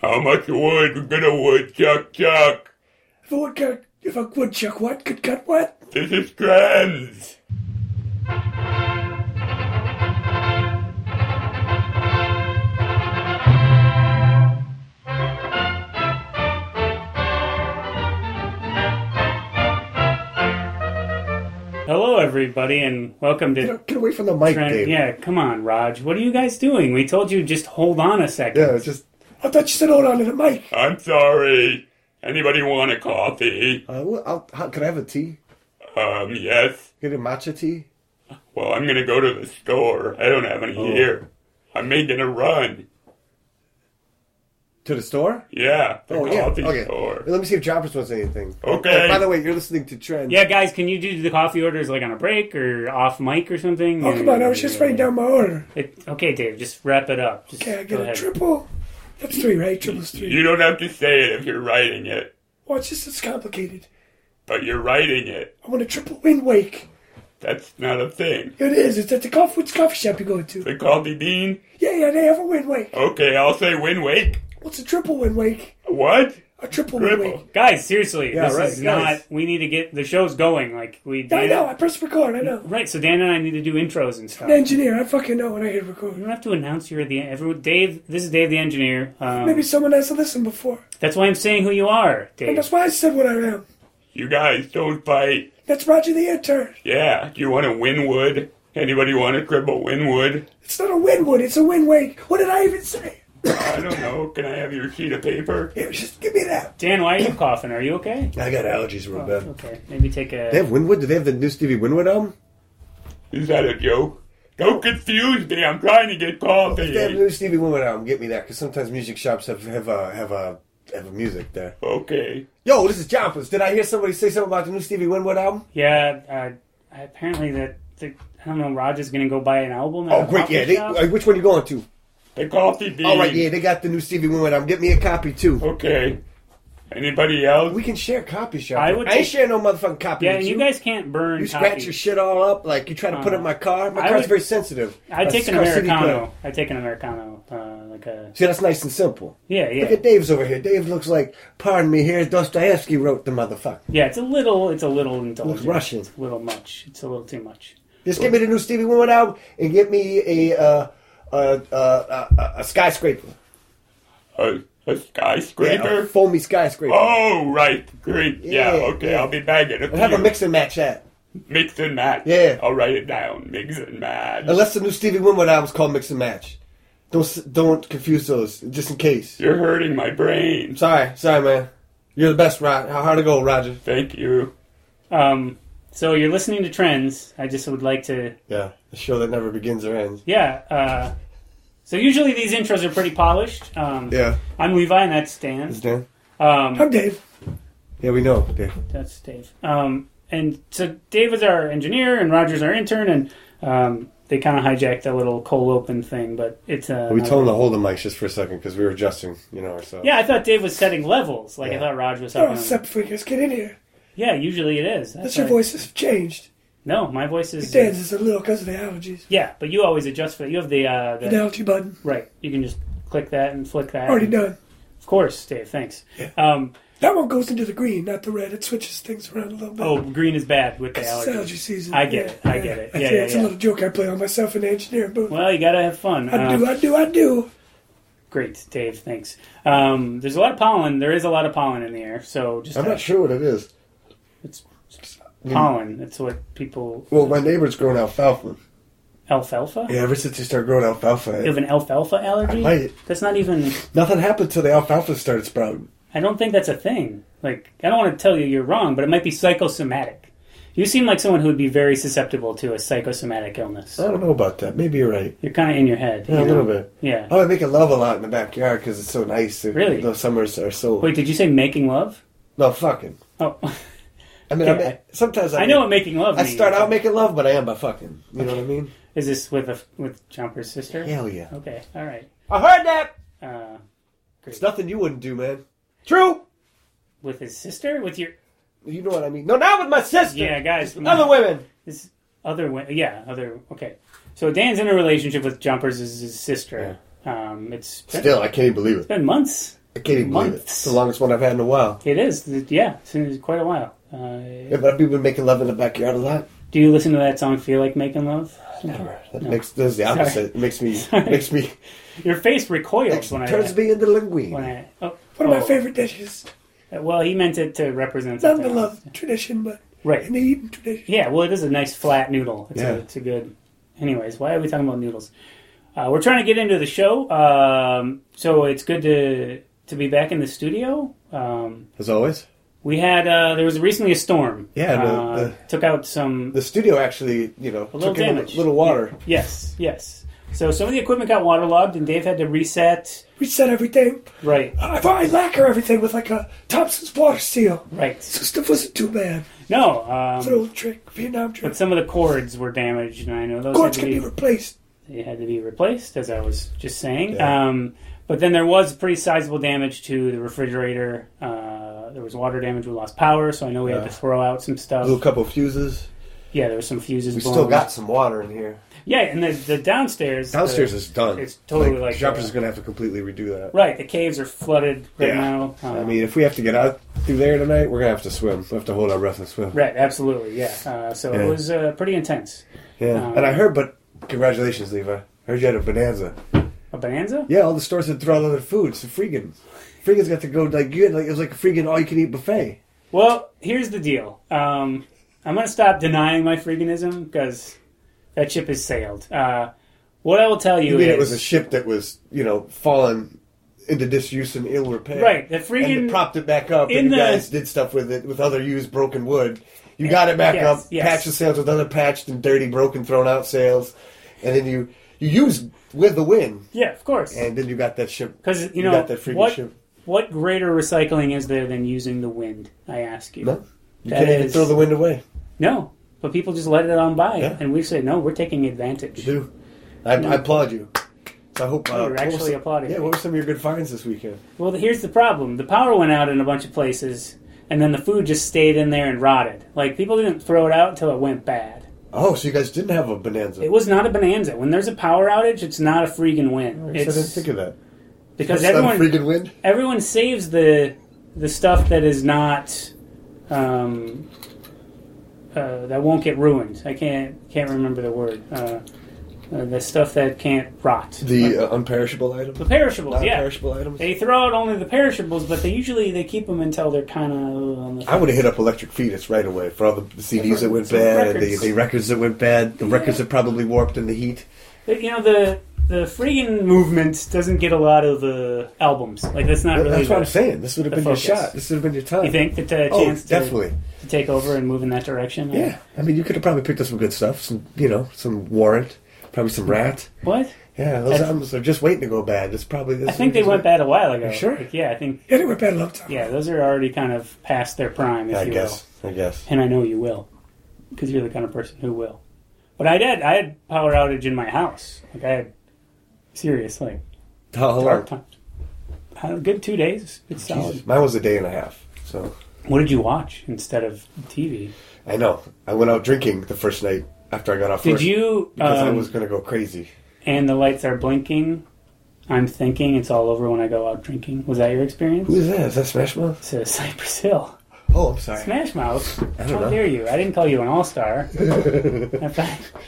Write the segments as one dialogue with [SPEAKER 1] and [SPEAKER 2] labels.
[SPEAKER 1] How much wood would get a woodchuck chuck?
[SPEAKER 2] If a woodchuck, if a woodchuck what could cut what?
[SPEAKER 1] This is Grams.
[SPEAKER 3] Hello, everybody, and welcome
[SPEAKER 2] Get,
[SPEAKER 3] to.
[SPEAKER 2] a- get away from the mic, Dave.
[SPEAKER 3] Yeah, come on, Raj. What are you guys doing? We told you just hold on a second.
[SPEAKER 2] Yeah, it's just. I thought you said hold on to the mic.
[SPEAKER 1] I'm sorry. Anybody want a coffee?
[SPEAKER 2] Uh, well, I'll, how, can I have a tea?
[SPEAKER 1] Um, yes.
[SPEAKER 2] Get a matcha tea?
[SPEAKER 1] Well, I'm gonna go to the store. I don't have any
[SPEAKER 2] Oh.
[SPEAKER 1] here. I'm making a run.
[SPEAKER 2] To the store?
[SPEAKER 1] Yeah, the
[SPEAKER 2] oh, yeah.
[SPEAKER 1] coffee
[SPEAKER 2] Okay.
[SPEAKER 1] store.
[SPEAKER 2] Let me see if Joppers wants anything.
[SPEAKER 1] Okay.
[SPEAKER 2] Oh, by the way, you're listening to Trend.
[SPEAKER 3] Yeah, guys, can you do the coffee orders like on a break or off mic or something?
[SPEAKER 4] Oh, come on, I was just writing down my order.
[SPEAKER 3] It- okay, Dave, just wrap it up. Just
[SPEAKER 4] Okay,
[SPEAKER 3] go
[SPEAKER 4] I get a
[SPEAKER 3] ahead.
[SPEAKER 4] triple. That's three, right? Triple's three.
[SPEAKER 1] You don't have to say it if you're writing it,
[SPEAKER 4] Watch this, it's complicated.
[SPEAKER 1] but you're writing it.
[SPEAKER 4] I want a triple wind wake.
[SPEAKER 1] That's not a thing.
[SPEAKER 4] Here it is, it's at the coffee, which coffee shop you go to.
[SPEAKER 1] The coffee bean?
[SPEAKER 4] Yeah, yeah, they have a wind wake.
[SPEAKER 1] Okay, I'll say win wake.
[SPEAKER 4] What's a triple wind wake?
[SPEAKER 1] What?
[SPEAKER 4] A triple, wind wake.
[SPEAKER 1] Triple.
[SPEAKER 3] Guys, seriously,
[SPEAKER 2] Yeah,
[SPEAKER 3] this
[SPEAKER 2] right,
[SPEAKER 3] is
[SPEAKER 2] guys.
[SPEAKER 3] not. We need to get the show's going. Like we.
[SPEAKER 4] I know, I pressed record, I know.
[SPEAKER 3] Right, so Dan and I need to do intros and stuff.
[SPEAKER 4] I'm an engineer, I fucking know when I hit record.
[SPEAKER 3] You don't have to announce you're the everyone. Dave, this is Dave the engineer. Um,
[SPEAKER 4] Maybe someone has to listen before.
[SPEAKER 3] that's why I'm saying who you are,
[SPEAKER 4] And
[SPEAKER 3] Dave.
[SPEAKER 4] that's why I said what I am.
[SPEAKER 1] You guys don't fight.
[SPEAKER 4] That's Roger the intern.
[SPEAKER 1] Yeah, do you want a Winwood? Anybody want a triple Winwood?
[SPEAKER 4] It's not a wind wood, it's a wind wake. What did I even say?
[SPEAKER 1] I don't know. Can I have your sheet of paper?
[SPEAKER 4] Here, just give me that.
[SPEAKER 3] Dan, why are you coughing? Are you okay?
[SPEAKER 2] I got allergies real bad.
[SPEAKER 3] Okay, maybe take a.
[SPEAKER 2] They have Winwood? Do they have the new Stevie Winwood album?
[SPEAKER 1] Is that a joke? Don't confuse me. I'm trying to get
[SPEAKER 2] If they have the
[SPEAKER 1] coffee.
[SPEAKER 2] new Stevie Winwood album, get me that, because sometimes music shops have have uh, have uh, have a music there.
[SPEAKER 1] Okay.
[SPEAKER 2] Yo, this is Joppers. Did I hear somebody say something about the new Stevie Winwood album?
[SPEAKER 3] Yeah, uh, apparently that, that I don't know. Roger's gonna go buy an album. At
[SPEAKER 2] Oh,
[SPEAKER 3] a
[SPEAKER 2] great!
[SPEAKER 3] coffee
[SPEAKER 2] Yeah, they,
[SPEAKER 3] shop?
[SPEAKER 2] uh, which one you going to?
[SPEAKER 1] The coffee bean.
[SPEAKER 2] All right, yeah, they got the new Stevie Winwood album. Get me a copy too.
[SPEAKER 1] Okay. Anybody else?
[SPEAKER 2] We can share copy shop.
[SPEAKER 3] I would
[SPEAKER 2] I ain't
[SPEAKER 3] take-
[SPEAKER 2] share no motherfucking copy.
[SPEAKER 3] yeah,
[SPEAKER 2] with
[SPEAKER 3] and
[SPEAKER 2] you,
[SPEAKER 3] you guys can't burn.
[SPEAKER 2] you scratch
[SPEAKER 3] copies.
[SPEAKER 2] your shit all up. Like you try to put it in my car. My
[SPEAKER 3] I
[SPEAKER 2] car's
[SPEAKER 3] would-
[SPEAKER 2] very sensitive.
[SPEAKER 3] I
[SPEAKER 2] My
[SPEAKER 3] take an
[SPEAKER 2] car's CD player.
[SPEAKER 3] americano. I take an americano, uh, like a
[SPEAKER 2] See, that's nice and simple.
[SPEAKER 3] yeah,
[SPEAKER 2] Look
[SPEAKER 3] yeah,
[SPEAKER 2] at Dave's over here. Dave looks like, pardon me, here Dostoevsky wrote the motherfucker.
[SPEAKER 3] yeah. It's a little, it's a little indulgent.
[SPEAKER 2] Russian.
[SPEAKER 3] It's a little much. It's a little too much.
[SPEAKER 2] Just give me the new Stevie Winwood album and get me a uh, uh, uh, uh, uh, a skyscraper,
[SPEAKER 1] A, a
[SPEAKER 2] Yeah,
[SPEAKER 1] skyscraper?
[SPEAKER 2] a foamy skyscraper.
[SPEAKER 1] Oh, right. Great. Yeah,
[SPEAKER 2] Yeah,
[SPEAKER 1] okay.
[SPEAKER 2] yeah.
[SPEAKER 1] I'll be back in a few.
[SPEAKER 2] And have a mix and match that.
[SPEAKER 1] Mix and match.
[SPEAKER 2] Yeah.
[SPEAKER 1] I'll write it down. Mix and match.
[SPEAKER 2] Unless the new Stevie Winwood album's called Mix and Match. Don't s- don't confuse those, just in case.
[SPEAKER 1] You're hurting my brain.
[SPEAKER 2] Sorry, sorry, man. You're the best, Rod. How hard to go, Roger?
[SPEAKER 1] Thank you.
[SPEAKER 3] Um, so you're listening to trends. I just would like to
[SPEAKER 2] Yeah, a show that never begins or ends.
[SPEAKER 3] yeah. Uh, so usually these intros are pretty polished. Um,
[SPEAKER 2] Yeah,
[SPEAKER 3] I'm Levi, and that's Dan.
[SPEAKER 2] it's Dan.
[SPEAKER 3] Um,
[SPEAKER 4] I'm Dave.
[SPEAKER 2] Yeah, we know. Dave.
[SPEAKER 3] That's Dave. Um, and so Dave is our engineer, and Roger's our intern, and um, they kind of hijacked that little cold open thing, but it's uh,
[SPEAKER 2] We told him to hold the mics just for a second because we were adjusting, you know, ourselves.
[SPEAKER 3] Yeah, I thought Dave was setting levels. Like
[SPEAKER 2] Yeah.
[SPEAKER 3] I thought Roger was
[SPEAKER 4] They're all
[SPEAKER 3] helping. him.
[SPEAKER 4] step freakers. Get in here.
[SPEAKER 3] Yeah, usually it is. That's
[SPEAKER 4] That's your
[SPEAKER 3] why-
[SPEAKER 4] voices have changed.
[SPEAKER 3] No, my voice is.
[SPEAKER 4] Dan's is a little because of the allergies.
[SPEAKER 3] Yeah, but you always adjust for that. You have the, uh, the
[SPEAKER 4] An allergy button.
[SPEAKER 3] right. You can just click that and flick that.
[SPEAKER 4] Already done.
[SPEAKER 3] Of course, Dave. Thanks. Um,
[SPEAKER 4] That one goes into the green, not the red. It switches things around a little bit.
[SPEAKER 3] oh, green is bad with the
[SPEAKER 4] it's
[SPEAKER 3] allergy.
[SPEAKER 4] allergy season.
[SPEAKER 3] I get it. I get it. Yeah, yeah,
[SPEAKER 4] it's
[SPEAKER 3] yeah.
[SPEAKER 4] a little joke I play on myself in the engineering booth.
[SPEAKER 3] Well, you gotta have fun.
[SPEAKER 4] I
[SPEAKER 3] Um,
[SPEAKER 4] do, I do, I do.
[SPEAKER 3] Great, Dave. Thanks. Um, there's a lot of pollen. There is a lot of pollen in the air, so just
[SPEAKER 2] I'm not sure what it is.
[SPEAKER 3] It's, it's pollen. That's what people
[SPEAKER 2] Well, my neighbor's growing alfalfa.
[SPEAKER 3] alfalfa.
[SPEAKER 2] Yeah, ever since they started growing alfalfa,
[SPEAKER 3] You have an alfalfa allergy.
[SPEAKER 2] I might.
[SPEAKER 3] That's not even.
[SPEAKER 2] nothing happened till the alfalfa started sprouting.
[SPEAKER 3] I don't think that's a thing. Like I don't want to tell you you're wrong, but it might be psychosomatic. You seem like someone who would be very susceptible to a psychosomatic illness.
[SPEAKER 2] I don't know about that. Maybe you're right.
[SPEAKER 3] You're kind of in your head.
[SPEAKER 2] Yeah,
[SPEAKER 3] you
[SPEAKER 2] a
[SPEAKER 3] know?
[SPEAKER 2] little bit.
[SPEAKER 3] Yeah.
[SPEAKER 2] Oh, I make a love a lot in the backyard because it's so nice.
[SPEAKER 3] Really?
[SPEAKER 2] The summers are so.
[SPEAKER 3] Wait, did you say making love?
[SPEAKER 2] No, fucking.
[SPEAKER 3] Oh,
[SPEAKER 2] I mean, I
[SPEAKER 3] Yeah.
[SPEAKER 2] mean sometimes I,
[SPEAKER 3] I know what
[SPEAKER 2] make-
[SPEAKER 3] making love.
[SPEAKER 2] I
[SPEAKER 3] means.
[SPEAKER 2] start out making love, but I am by fucking. You know what I mean?
[SPEAKER 3] Is this with a with Jumper's sister?
[SPEAKER 2] Hell yeah.
[SPEAKER 3] Okay. All right.
[SPEAKER 2] I heard that.
[SPEAKER 3] Uh,
[SPEAKER 2] It's nothing you wouldn't do, man. True.
[SPEAKER 3] with his sister? With your
[SPEAKER 2] You know what I mean? No, not with my sister.
[SPEAKER 3] yeah, guys.
[SPEAKER 2] Other women.
[SPEAKER 3] This other way, yeah, other okay. So Dan's in a relationship with Jumpers is his sister. Um, it's been,
[SPEAKER 2] I can't even believe
[SPEAKER 3] it's been months.
[SPEAKER 2] I can't even believe it.
[SPEAKER 3] Months.
[SPEAKER 2] It's the longest one I've had in a while.
[SPEAKER 3] It is. Yeah, it's it's quite a while. Uh,
[SPEAKER 2] Yeah, but I've been making love in the backyard a lot.
[SPEAKER 3] do you listen to that song "Feel Like Making Love"?
[SPEAKER 2] Never. That makes that's the opposite. It makes me makes me
[SPEAKER 3] Your face recoils when I
[SPEAKER 2] turns me into linguine.
[SPEAKER 3] when I. Oh,
[SPEAKER 4] One of
[SPEAKER 3] oh.
[SPEAKER 4] my favorite dishes.
[SPEAKER 3] Well, he meant it to represent
[SPEAKER 4] Not in
[SPEAKER 3] something.
[SPEAKER 4] the
[SPEAKER 3] else.
[SPEAKER 4] love tradition, but
[SPEAKER 3] Right.
[SPEAKER 4] in the eating tradition.
[SPEAKER 3] Yeah. Well, it is a nice flat noodle. It's,
[SPEAKER 2] Yeah.
[SPEAKER 3] a, it's a good. Anyways, why are we talking about noodles? Uh, we're trying to get into the show, um, so it's good to to be back in the studio. Um,
[SPEAKER 2] As always,
[SPEAKER 3] we had uh, there was recently a storm.
[SPEAKER 2] Yeah, the-
[SPEAKER 3] uh,
[SPEAKER 2] the-
[SPEAKER 3] took out some
[SPEAKER 2] the studio actually, you know,
[SPEAKER 3] little
[SPEAKER 2] took in
[SPEAKER 3] damage.
[SPEAKER 2] a little water.
[SPEAKER 3] Yes, yes. So some of the equipment got waterlogged, and Dave had to reset.
[SPEAKER 4] We set everything.
[SPEAKER 3] Right,
[SPEAKER 4] I thought I lacquer everything with like a Thompson's water seal.
[SPEAKER 3] right.
[SPEAKER 4] So stuff wasn't too bad.
[SPEAKER 3] No,
[SPEAKER 4] It's an
[SPEAKER 3] um,
[SPEAKER 4] old trick, Vietnam trick.
[SPEAKER 3] but some of the cords were damaged, and I know those
[SPEAKER 4] Cords
[SPEAKER 3] had
[SPEAKER 4] can
[SPEAKER 3] to
[SPEAKER 4] be
[SPEAKER 3] be,
[SPEAKER 4] replaced.
[SPEAKER 3] they had to be replaced, as I was just saying.
[SPEAKER 2] Yeah.
[SPEAKER 3] Um, but then there was pretty sizable damage to the refrigerator. Uh, there was water damage. We lost power, so I know we had
[SPEAKER 2] Yeah.
[SPEAKER 3] to throw out some stuff.
[SPEAKER 2] Blew a couple fuses.
[SPEAKER 3] Yeah, there was some fuses.
[SPEAKER 2] We
[SPEAKER 3] blown.
[SPEAKER 2] still got some water in here.
[SPEAKER 3] Yeah, and the, the downstairs. the-
[SPEAKER 2] Downstairs is done.
[SPEAKER 3] it's totally like,
[SPEAKER 2] Jumper's
[SPEAKER 3] uh,
[SPEAKER 2] gonna have to completely redo that.
[SPEAKER 3] right, the caves are flooded right
[SPEAKER 2] Yeah.
[SPEAKER 3] now. Um,
[SPEAKER 2] I mean, if we have to get out through there tonight, we're gonna have to swim. We have to hold our breath and swim.
[SPEAKER 3] Right, absolutely, yeah. Uh, so
[SPEAKER 2] Yeah.
[SPEAKER 3] it was uh, pretty intense.
[SPEAKER 2] Yeah.
[SPEAKER 3] Um,
[SPEAKER 2] and I heard, but congratulations, Levi. Heard you had a bonanza.
[SPEAKER 3] A bonanza?
[SPEAKER 2] Yeah, all the stores had thrown out their food. So freegan, freegan's got to go like you had like it was like a freegan all-you-can-eat buffet.
[SPEAKER 3] Well, here's the deal. Um, I'm going to stop denying my freeganism because that ship has sailed. Uh, what I will tell you,
[SPEAKER 2] I mean,
[SPEAKER 3] is
[SPEAKER 2] it was a ship that was you know fallen into disuse and ill repair.
[SPEAKER 3] right. The
[SPEAKER 2] and
[SPEAKER 3] freegan
[SPEAKER 2] it propped it back up,
[SPEAKER 3] in
[SPEAKER 2] and you
[SPEAKER 3] the-
[SPEAKER 2] guys did stuff with it with other used broken wood. You got it back
[SPEAKER 3] Yes,
[SPEAKER 2] up,
[SPEAKER 3] yes.
[SPEAKER 2] patched the sails with other patched and dirty, broken, thrown out sails, and then you you used with the wind,
[SPEAKER 3] yeah, of course.
[SPEAKER 2] and then you got that ship.
[SPEAKER 3] Because you
[SPEAKER 2] you
[SPEAKER 3] know
[SPEAKER 2] got that freaking
[SPEAKER 3] what?
[SPEAKER 2] ship.
[SPEAKER 3] What greater recycling is there than using the wind? I ask you.
[SPEAKER 2] No, you
[SPEAKER 3] That
[SPEAKER 2] can't even
[SPEAKER 3] is-
[SPEAKER 2] throw the wind away.
[SPEAKER 3] No, but people just let it on by,
[SPEAKER 2] Yeah.
[SPEAKER 3] and we say no. We're taking advantage.
[SPEAKER 2] You do. I, I applaud you. So I hope. Uh,
[SPEAKER 3] You're
[SPEAKER 2] what were
[SPEAKER 3] actually
[SPEAKER 2] some-
[SPEAKER 3] applauding
[SPEAKER 2] Yeah,
[SPEAKER 3] me.
[SPEAKER 2] what were some of your good finds this weekend?
[SPEAKER 3] Well, here's the problem: the power went out in a bunch of places, and then the food just stayed in there and rotted. Like people didn't throw it out until it went bad.
[SPEAKER 2] Oh, so you guys didn't have a bonanza.
[SPEAKER 3] It was not a bonanza. When there's a power outage, it's not a freaking win.
[SPEAKER 2] I didn't
[SPEAKER 3] It's
[SPEAKER 2] think of that.
[SPEAKER 3] because
[SPEAKER 2] That's not a
[SPEAKER 3] everyone
[SPEAKER 2] freaking wind.
[SPEAKER 3] everyone saves the the stuff that is not um, uh, that won't get ruined. I can't can't remember the word. Uh, uh, the stuff that can't rot.
[SPEAKER 2] The uh, unperishable
[SPEAKER 3] the
[SPEAKER 2] item.
[SPEAKER 3] perishables, yeah.
[SPEAKER 2] Non-perishable items.
[SPEAKER 3] They throw out only the perishables, but they usually they keep them until they're kind of on the
[SPEAKER 2] I would have hit up Electric Fetus right away for all the CDs that went
[SPEAKER 3] Some
[SPEAKER 2] bad, and the,
[SPEAKER 3] records.
[SPEAKER 2] the records that went bad, the records that probably warped in the heat.
[SPEAKER 3] But, you know the the freegan movement doesn't get a lot of uh, albums. Like that's not really.
[SPEAKER 2] That's
[SPEAKER 3] the,
[SPEAKER 2] what I'm saying. This would have
[SPEAKER 3] the
[SPEAKER 2] been your
[SPEAKER 3] focus.
[SPEAKER 2] shot. This would have been your time.
[SPEAKER 3] You think that uh,
[SPEAKER 2] Oh,
[SPEAKER 3] chance to,
[SPEAKER 2] definitely.
[SPEAKER 3] to take over and move in that direction?
[SPEAKER 2] Yeah. I mean, you could have probably picked up some good stuff. Some, you know, some Warrant, probably some Rat.
[SPEAKER 3] What?
[SPEAKER 2] Yeah, those
[SPEAKER 3] That's-
[SPEAKER 2] albums are just waiting to go bad. It's probably. This
[SPEAKER 3] I think they went bad a while ago.
[SPEAKER 2] You sure?
[SPEAKER 3] Like, yeah, I think.
[SPEAKER 4] Yeah, they went bad a long time.
[SPEAKER 3] Yeah, those are already kind of past their prime, if
[SPEAKER 2] I
[SPEAKER 3] you
[SPEAKER 2] guess. I guess.
[SPEAKER 3] will. And I know you will, because you're the kind of person who will. But I did. I had power outage in my house. Like I had serious, like
[SPEAKER 2] How how
[SPEAKER 3] dark
[SPEAKER 2] long?
[SPEAKER 3] times. Uh, good two days. It's solid.
[SPEAKER 2] Jesus. Mine was a day and a half. So
[SPEAKER 3] What did you watch instead of TV?
[SPEAKER 2] I know. I went out drinking the first night after I got off
[SPEAKER 3] Did
[SPEAKER 2] work
[SPEAKER 3] you?
[SPEAKER 2] because I
[SPEAKER 3] um,
[SPEAKER 2] was going to go crazy.
[SPEAKER 3] and the lights are blinking. I'm thinking it's all over when I go out drinking. Was that your experience?
[SPEAKER 2] Who is that? Is that Smash Mouth?
[SPEAKER 3] It's a Cypress Hill.
[SPEAKER 2] Oh, I'm sorry.
[SPEAKER 3] Smash Mouth. How
[SPEAKER 2] know.
[SPEAKER 3] dare you? I didn't call you an all star.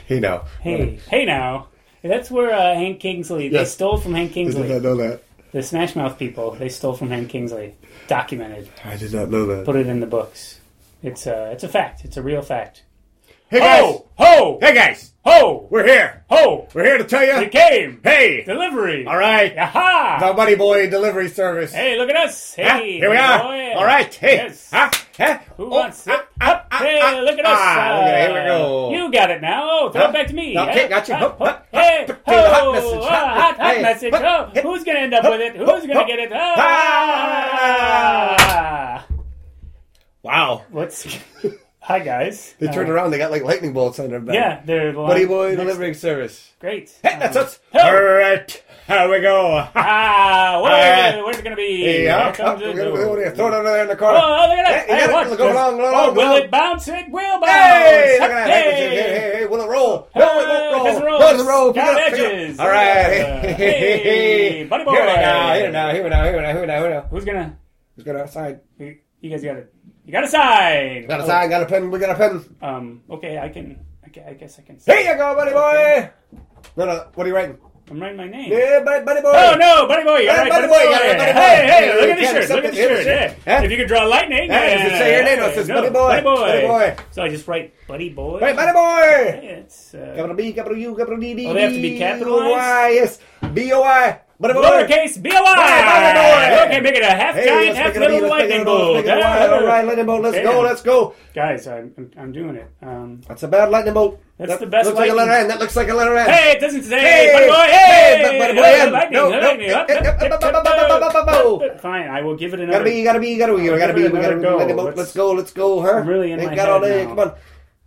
[SPEAKER 2] Hey now.
[SPEAKER 3] hey, hey now. That's where uh, Hank Kingsley. They
[SPEAKER 2] Yes.
[SPEAKER 3] stole from Hank
[SPEAKER 2] I did
[SPEAKER 3] Kingsley.
[SPEAKER 2] not know that.
[SPEAKER 3] The Smash Mouth people. They stole from Hank Kingsley. Documented.
[SPEAKER 2] I did not know that.
[SPEAKER 3] Put it in the books. It's a. It's a fact. It's a real fact. Oh,
[SPEAKER 2] Hey
[SPEAKER 3] Ho! Ho!
[SPEAKER 2] Hey guys!
[SPEAKER 3] Ho!
[SPEAKER 2] We're here!
[SPEAKER 3] Ho!
[SPEAKER 2] We're here to tell
[SPEAKER 3] They
[SPEAKER 2] you!
[SPEAKER 3] came.
[SPEAKER 2] Hey!
[SPEAKER 3] Delivery.
[SPEAKER 2] Alright!
[SPEAKER 3] Aha!
[SPEAKER 2] The Buddy Boy Delivery Service!
[SPEAKER 3] Hey, look at us! Hey,
[SPEAKER 2] Huh? Ah, Here we
[SPEAKER 3] boy.
[SPEAKER 2] are! Alright! Hey!
[SPEAKER 3] Yes.
[SPEAKER 2] Huh? Huh?
[SPEAKER 3] Who
[SPEAKER 2] Oh,
[SPEAKER 3] wants
[SPEAKER 2] huh?
[SPEAKER 3] it? Up,
[SPEAKER 2] ah,
[SPEAKER 3] hey,
[SPEAKER 2] ah,
[SPEAKER 3] look at us! uh,
[SPEAKER 2] ah, look at- here we go.
[SPEAKER 3] You got it now. Oh, throw
[SPEAKER 2] Huh?
[SPEAKER 3] it back to me.
[SPEAKER 2] Okay,
[SPEAKER 3] Huh?
[SPEAKER 2] gotcha.
[SPEAKER 3] Huh?
[SPEAKER 2] Hup, hup,
[SPEAKER 3] hey,
[SPEAKER 2] hup,
[SPEAKER 3] ho,
[SPEAKER 2] hup, hot message.
[SPEAKER 3] hot message. Oh,
[SPEAKER 2] Hup,
[SPEAKER 3] hot, hot
[SPEAKER 2] hey,
[SPEAKER 3] message.
[SPEAKER 2] hup,
[SPEAKER 3] Oh,
[SPEAKER 2] hip,
[SPEAKER 3] who's gonna end up
[SPEAKER 2] hup,
[SPEAKER 3] with it? Who's
[SPEAKER 2] hup,
[SPEAKER 3] gonna
[SPEAKER 2] hup.
[SPEAKER 3] get it?
[SPEAKER 2] Ah!
[SPEAKER 3] Ah!
[SPEAKER 2] Wow!
[SPEAKER 3] What's? Hi guys.
[SPEAKER 2] They turned
[SPEAKER 3] Uh,
[SPEAKER 2] around, they got like lightning bolts on their back.
[SPEAKER 3] Yeah, they're the
[SPEAKER 2] Buddy
[SPEAKER 3] line-
[SPEAKER 2] Boy
[SPEAKER 3] next-
[SPEAKER 2] Delivery Service.
[SPEAKER 3] Great.
[SPEAKER 2] Hey, that's
[SPEAKER 3] Um,
[SPEAKER 2] us! Alright! How we go?
[SPEAKER 3] Ah, what
[SPEAKER 2] Alright.
[SPEAKER 3] where's it gonna be?
[SPEAKER 2] Hey,
[SPEAKER 3] Here
[SPEAKER 2] up, up,
[SPEAKER 3] comes
[SPEAKER 2] we're
[SPEAKER 3] it.
[SPEAKER 2] gonna- we're
[SPEAKER 3] Oh,
[SPEAKER 2] gonna throw it over there in the corner.
[SPEAKER 3] oh, look at that!
[SPEAKER 2] Hey, you
[SPEAKER 3] Hey,
[SPEAKER 2] gotta
[SPEAKER 3] watch
[SPEAKER 2] go
[SPEAKER 3] this.
[SPEAKER 2] along, go
[SPEAKER 3] Oh,
[SPEAKER 2] along, go
[SPEAKER 3] will
[SPEAKER 2] along.
[SPEAKER 3] it bounce? It will bounce.
[SPEAKER 2] Hey, look at that. Hey, hey,
[SPEAKER 3] oh, Hey.
[SPEAKER 2] hey, hey, will it roll? No, it won't roll.
[SPEAKER 3] Hey, doesn't roll.
[SPEAKER 2] No, it doesn't roll. Pick
[SPEAKER 3] Down
[SPEAKER 2] it up, pick it up.
[SPEAKER 3] edges.
[SPEAKER 2] All right.
[SPEAKER 3] Uh, hey, buddy boy.
[SPEAKER 2] Here we now, here we now, here we now, here we now, here we now, here we now.
[SPEAKER 3] Who's gonna?
[SPEAKER 2] Who's got outside?
[SPEAKER 3] You you guys got it. You got a sign.
[SPEAKER 2] Got a sign, got a pen, we got a pen.
[SPEAKER 3] Oh, um. Okay, I can. I ca- I guess I can.
[SPEAKER 2] Here you go, buddy boy. No, no, what are you writing?
[SPEAKER 3] I'm writing my name.
[SPEAKER 2] Yeah, buddy, buddy boy.
[SPEAKER 3] Oh no, buddy boy! All
[SPEAKER 2] Hey, buddy
[SPEAKER 3] right, buddy,
[SPEAKER 2] boy,
[SPEAKER 3] boy!
[SPEAKER 2] yeah, right, buddy boy.
[SPEAKER 3] Hey, hey! Look
[SPEAKER 2] You
[SPEAKER 3] at the
[SPEAKER 2] can't
[SPEAKER 3] shirt! Look
[SPEAKER 2] accept
[SPEAKER 3] at the
[SPEAKER 2] it. Here's
[SPEAKER 3] shirt!
[SPEAKER 2] the shirt.
[SPEAKER 3] Yeah.
[SPEAKER 2] Huh?
[SPEAKER 3] If you could draw lightning,
[SPEAKER 2] Hey, does it say your name? No, it says buddy boy,
[SPEAKER 3] buddy boy,
[SPEAKER 2] buddy boy.
[SPEAKER 3] So I just write buddy boy.
[SPEAKER 2] Hey, buddy boy.
[SPEAKER 3] Yeah, It's uh,
[SPEAKER 2] Capital B, capital U, capital D, D.
[SPEAKER 3] Oh, they have to be
[SPEAKER 2] D,
[SPEAKER 3] capitalized?
[SPEAKER 2] Y, yes. B O I. Buddy boy.
[SPEAKER 3] lowercase b o
[SPEAKER 2] Buddy
[SPEAKER 3] i.
[SPEAKER 2] boy.
[SPEAKER 3] Okay, make it a half
[SPEAKER 2] Hey,
[SPEAKER 3] giant,
[SPEAKER 2] let's
[SPEAKER 3] half
[SPEAKER 2] make it a B,
[SPEAKER 3] little
[SPEAKER 2] let's make it
[SPEAKER 3] lightning
[SPEAKER 2] a B, let's
[SPEAKER 3] bolt.
[SPEAKER 2] make it a Y. All right, lightning bolt. Let's go.
[SPEAKER 3] Damn.
[SPEAKER 2] Let's go.
[SPEAKER 3] Guys, I'm I'm- I'm doing it. Um,
[SPEAKER 2] That's a bad lightning bolt.
[SPEAKER 3] That's
[SPEAKER 2] That
[SPEAKER 3] the best
[SPEAKER 2] Looks like a
[SPEAKER 3] lightning-
[SPEAKER 2] letter N. That looks like a letter N.
[SPEAKER 3] Hey, it doesn't say
[SPEAKER 2] Hey,
[SPEAKER 3] buddy boy.
[SPEAKER 2] hey,
[SPEAKER 3] Hey,
[SPEAKER 2] buddy boy,
[SPEAKER 3] hey,
[SPEAKER 2] and-
[SPEAKER 3] lightning,
[SPEAKER 2] no, no,
[SPEAKER 3] lightning.
[SPEAKER 2] eh,
[SPEAKER 3] Up,
[SPEAKER 2] eh,
[SPEAKER 3] up,
[SPEAKER 2] eh,
[SPEAKER 3] up,
[SPEAKER 2] bu- bu-
[SPEAKER 3] up,
[SPEAKER 2] bu- bu- bu- bu- bu-
[SPEAKER 3] up. Fine, I will give it
[SPEAKER 2] Gotta
[SPEAKER 3] another.
[SPEAKER 2] be, gotta be, gotta be, gotta be,
[SPEAKER 3] give it
[SPEAKER 2] gotta be,
[SPEAKER 3] another
[SPEAKER 2] gotta be,
[SPEAKER 3] go.
[SPEAKER 2] let's go, let's go, huh?
[SPEAKER 3] I'm really in
[SPEAKER 2] They've
[SPEAKER 3] my
[SPEAKER 2] got all
[SPEAKER 3] head
[SPEAKER 2] day,
[SPEAKER 3] now.
[SPEAKER 2] come on.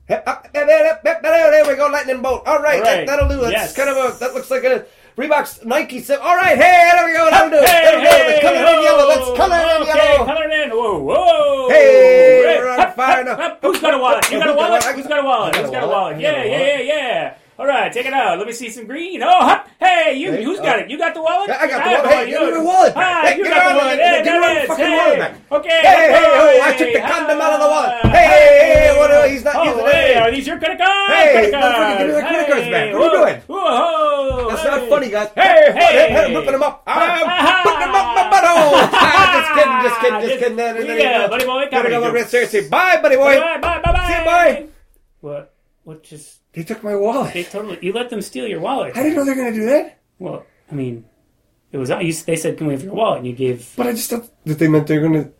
[SPEAKER 2] Hep, up, hep, hep, hep, hep, There we go, lightning bolt. All right, that,
[SPEAKER 3] Right.
[SPEAKER 2] that'll do. That's
[SPEAKER 3] Yes.
[SPEAKER 2] kind of a, that looks like a Reebok Nike. So, all right, hey, there we go, that'll do. it. That'll do. it. Let's color it in yellow. Let's color it in
[SPEAKER 3] okay,
[SPEAKER 2] yellow.
[SPEAKER 3] color it in. Whoa, whoa.
[SPEAKER 2] Hey, we're on
[SPEAKER 3] Hup,
[SPEAKER 2] fire
[SPEAKER 3] hup,
[SPEAKER 2] now.
[SPEAKER 3] hup. Who's got a wallet? You got a
[SPEAKER 2] Who's got a
[SPEAKER 3] wallet?
[SPEAKER 2] wallet?
[SPEAKER 3] Who's got a wallet?
[SPEAKER 2] I
[SPEAKER 3] Who's got a wallet?
[SPEAKER 2] I
[SPEAKER 3] Yeah, yeah, yeah, yeah. All right, take it out. Let me see some green. Oh, hup. hey, you,
[SPEAKER 2] Hey,
[SPEAKER 3] who's
[SPEAKER 2] uh,
[SPEAKER 3] got it? You got the wallet?
[SPEAKER 2] I got the
[SPEAKER 3] Nice
[SPEAKER 2] wallet.
[SPEAKER 3] boy,
[SPEAKER 2] Hey,
[SPEAKER 3] you
[SPEAKER 2] give me
[SPEAKER 3] know-
[SPEAKER 2] the wallet back.
[SPEAKER 3] Ah,
[SPEAKER 2] Hey,
[SPEAKER 3] you
[SPEAKER 2] give
[SPEAKER 3] got
[SPEAKER 2] me
[SPEAKER 3] the
[SPEAKER 2] the-
[SPEAKER 3] wallet.
[SPEAKER 2] give
[SPEAKER 3] Hey,
[SPEAKER 2] me the
[SPEAKER 3] got it.
[SPEAKER 2] fucking
[SPEAKER 3] Hey.
[SPEAKER 2] wallet back.
[SPEAKER 3] Okay.
[SPEAKER 2] Hey, hey, oh, I
[SPEAKER 3] okay.
[SPEAKER 2] took the condom out of the wallet.
[SPEAKER 3] Ah,
[SPEAKER 2] Hey, hey, hey, what are- he's not
[SPEAKER 3] oh,
[SPEAKER 2] using it.
[SPEAKER 3] Hey, are these your credit cards?
[SPEAKER 2] Hey,
[SPEAKER 3] credit
[SPEAKER 2] don't forget,
[SPEAKER 3] cards.
[SPEAKER 2] give me the credit cards
[SPEAKER 3] Hey,
[SPEAKER 2] back. What are you
[SPEAKER 3] whoa,
[SPEAKER 2] doing?
[SPEAKER 3] Whoa.
[SPEAKER 2] That's
[SPEAKER 3] hey.
[SPEAKER 2] not funny, guys.
[SPEAKER 3] Hey,
[SPEAKER 2] what? Hey,
[SPEAKER 3] hey.
[SPEAKER 2] hey, ripping them up.
[SPEAKER 3] Ah,
[SPEAKER 2] I'm putting them up my butthole. Ah, just kidding, just kidding, just kidding. No, no, no, no,
[SPEAKER 3] Yeah,
[SPEAKER 2] no.
[SPEAKER 3] buddy boy,
[SPEAKER 2] Here we
[SPEAKER 3] comedy
[SPEAKER 2] go, we're
[SPEAKER 3] jokes.
[SPEAKER 2] gonna- Seriously, bye, buddy boy.
[SPEAKER 3] Bye, bye, bye, bye.
[SPEAKER 2] See you, bye.
[SPEAKER 3] What? What just?
[SPEAKER 2] They took my wallet.
[SPEAKER 3] They totally. You let them steal your wallet.
[SPEAKER 2] I didn't know they were gonna do that.
[SPEAKER 3] Well, I mean, it was. You, they said, "Can we have your wallet?" And you gave
[SPEAKER 2] But I just thought that they meant they're gonna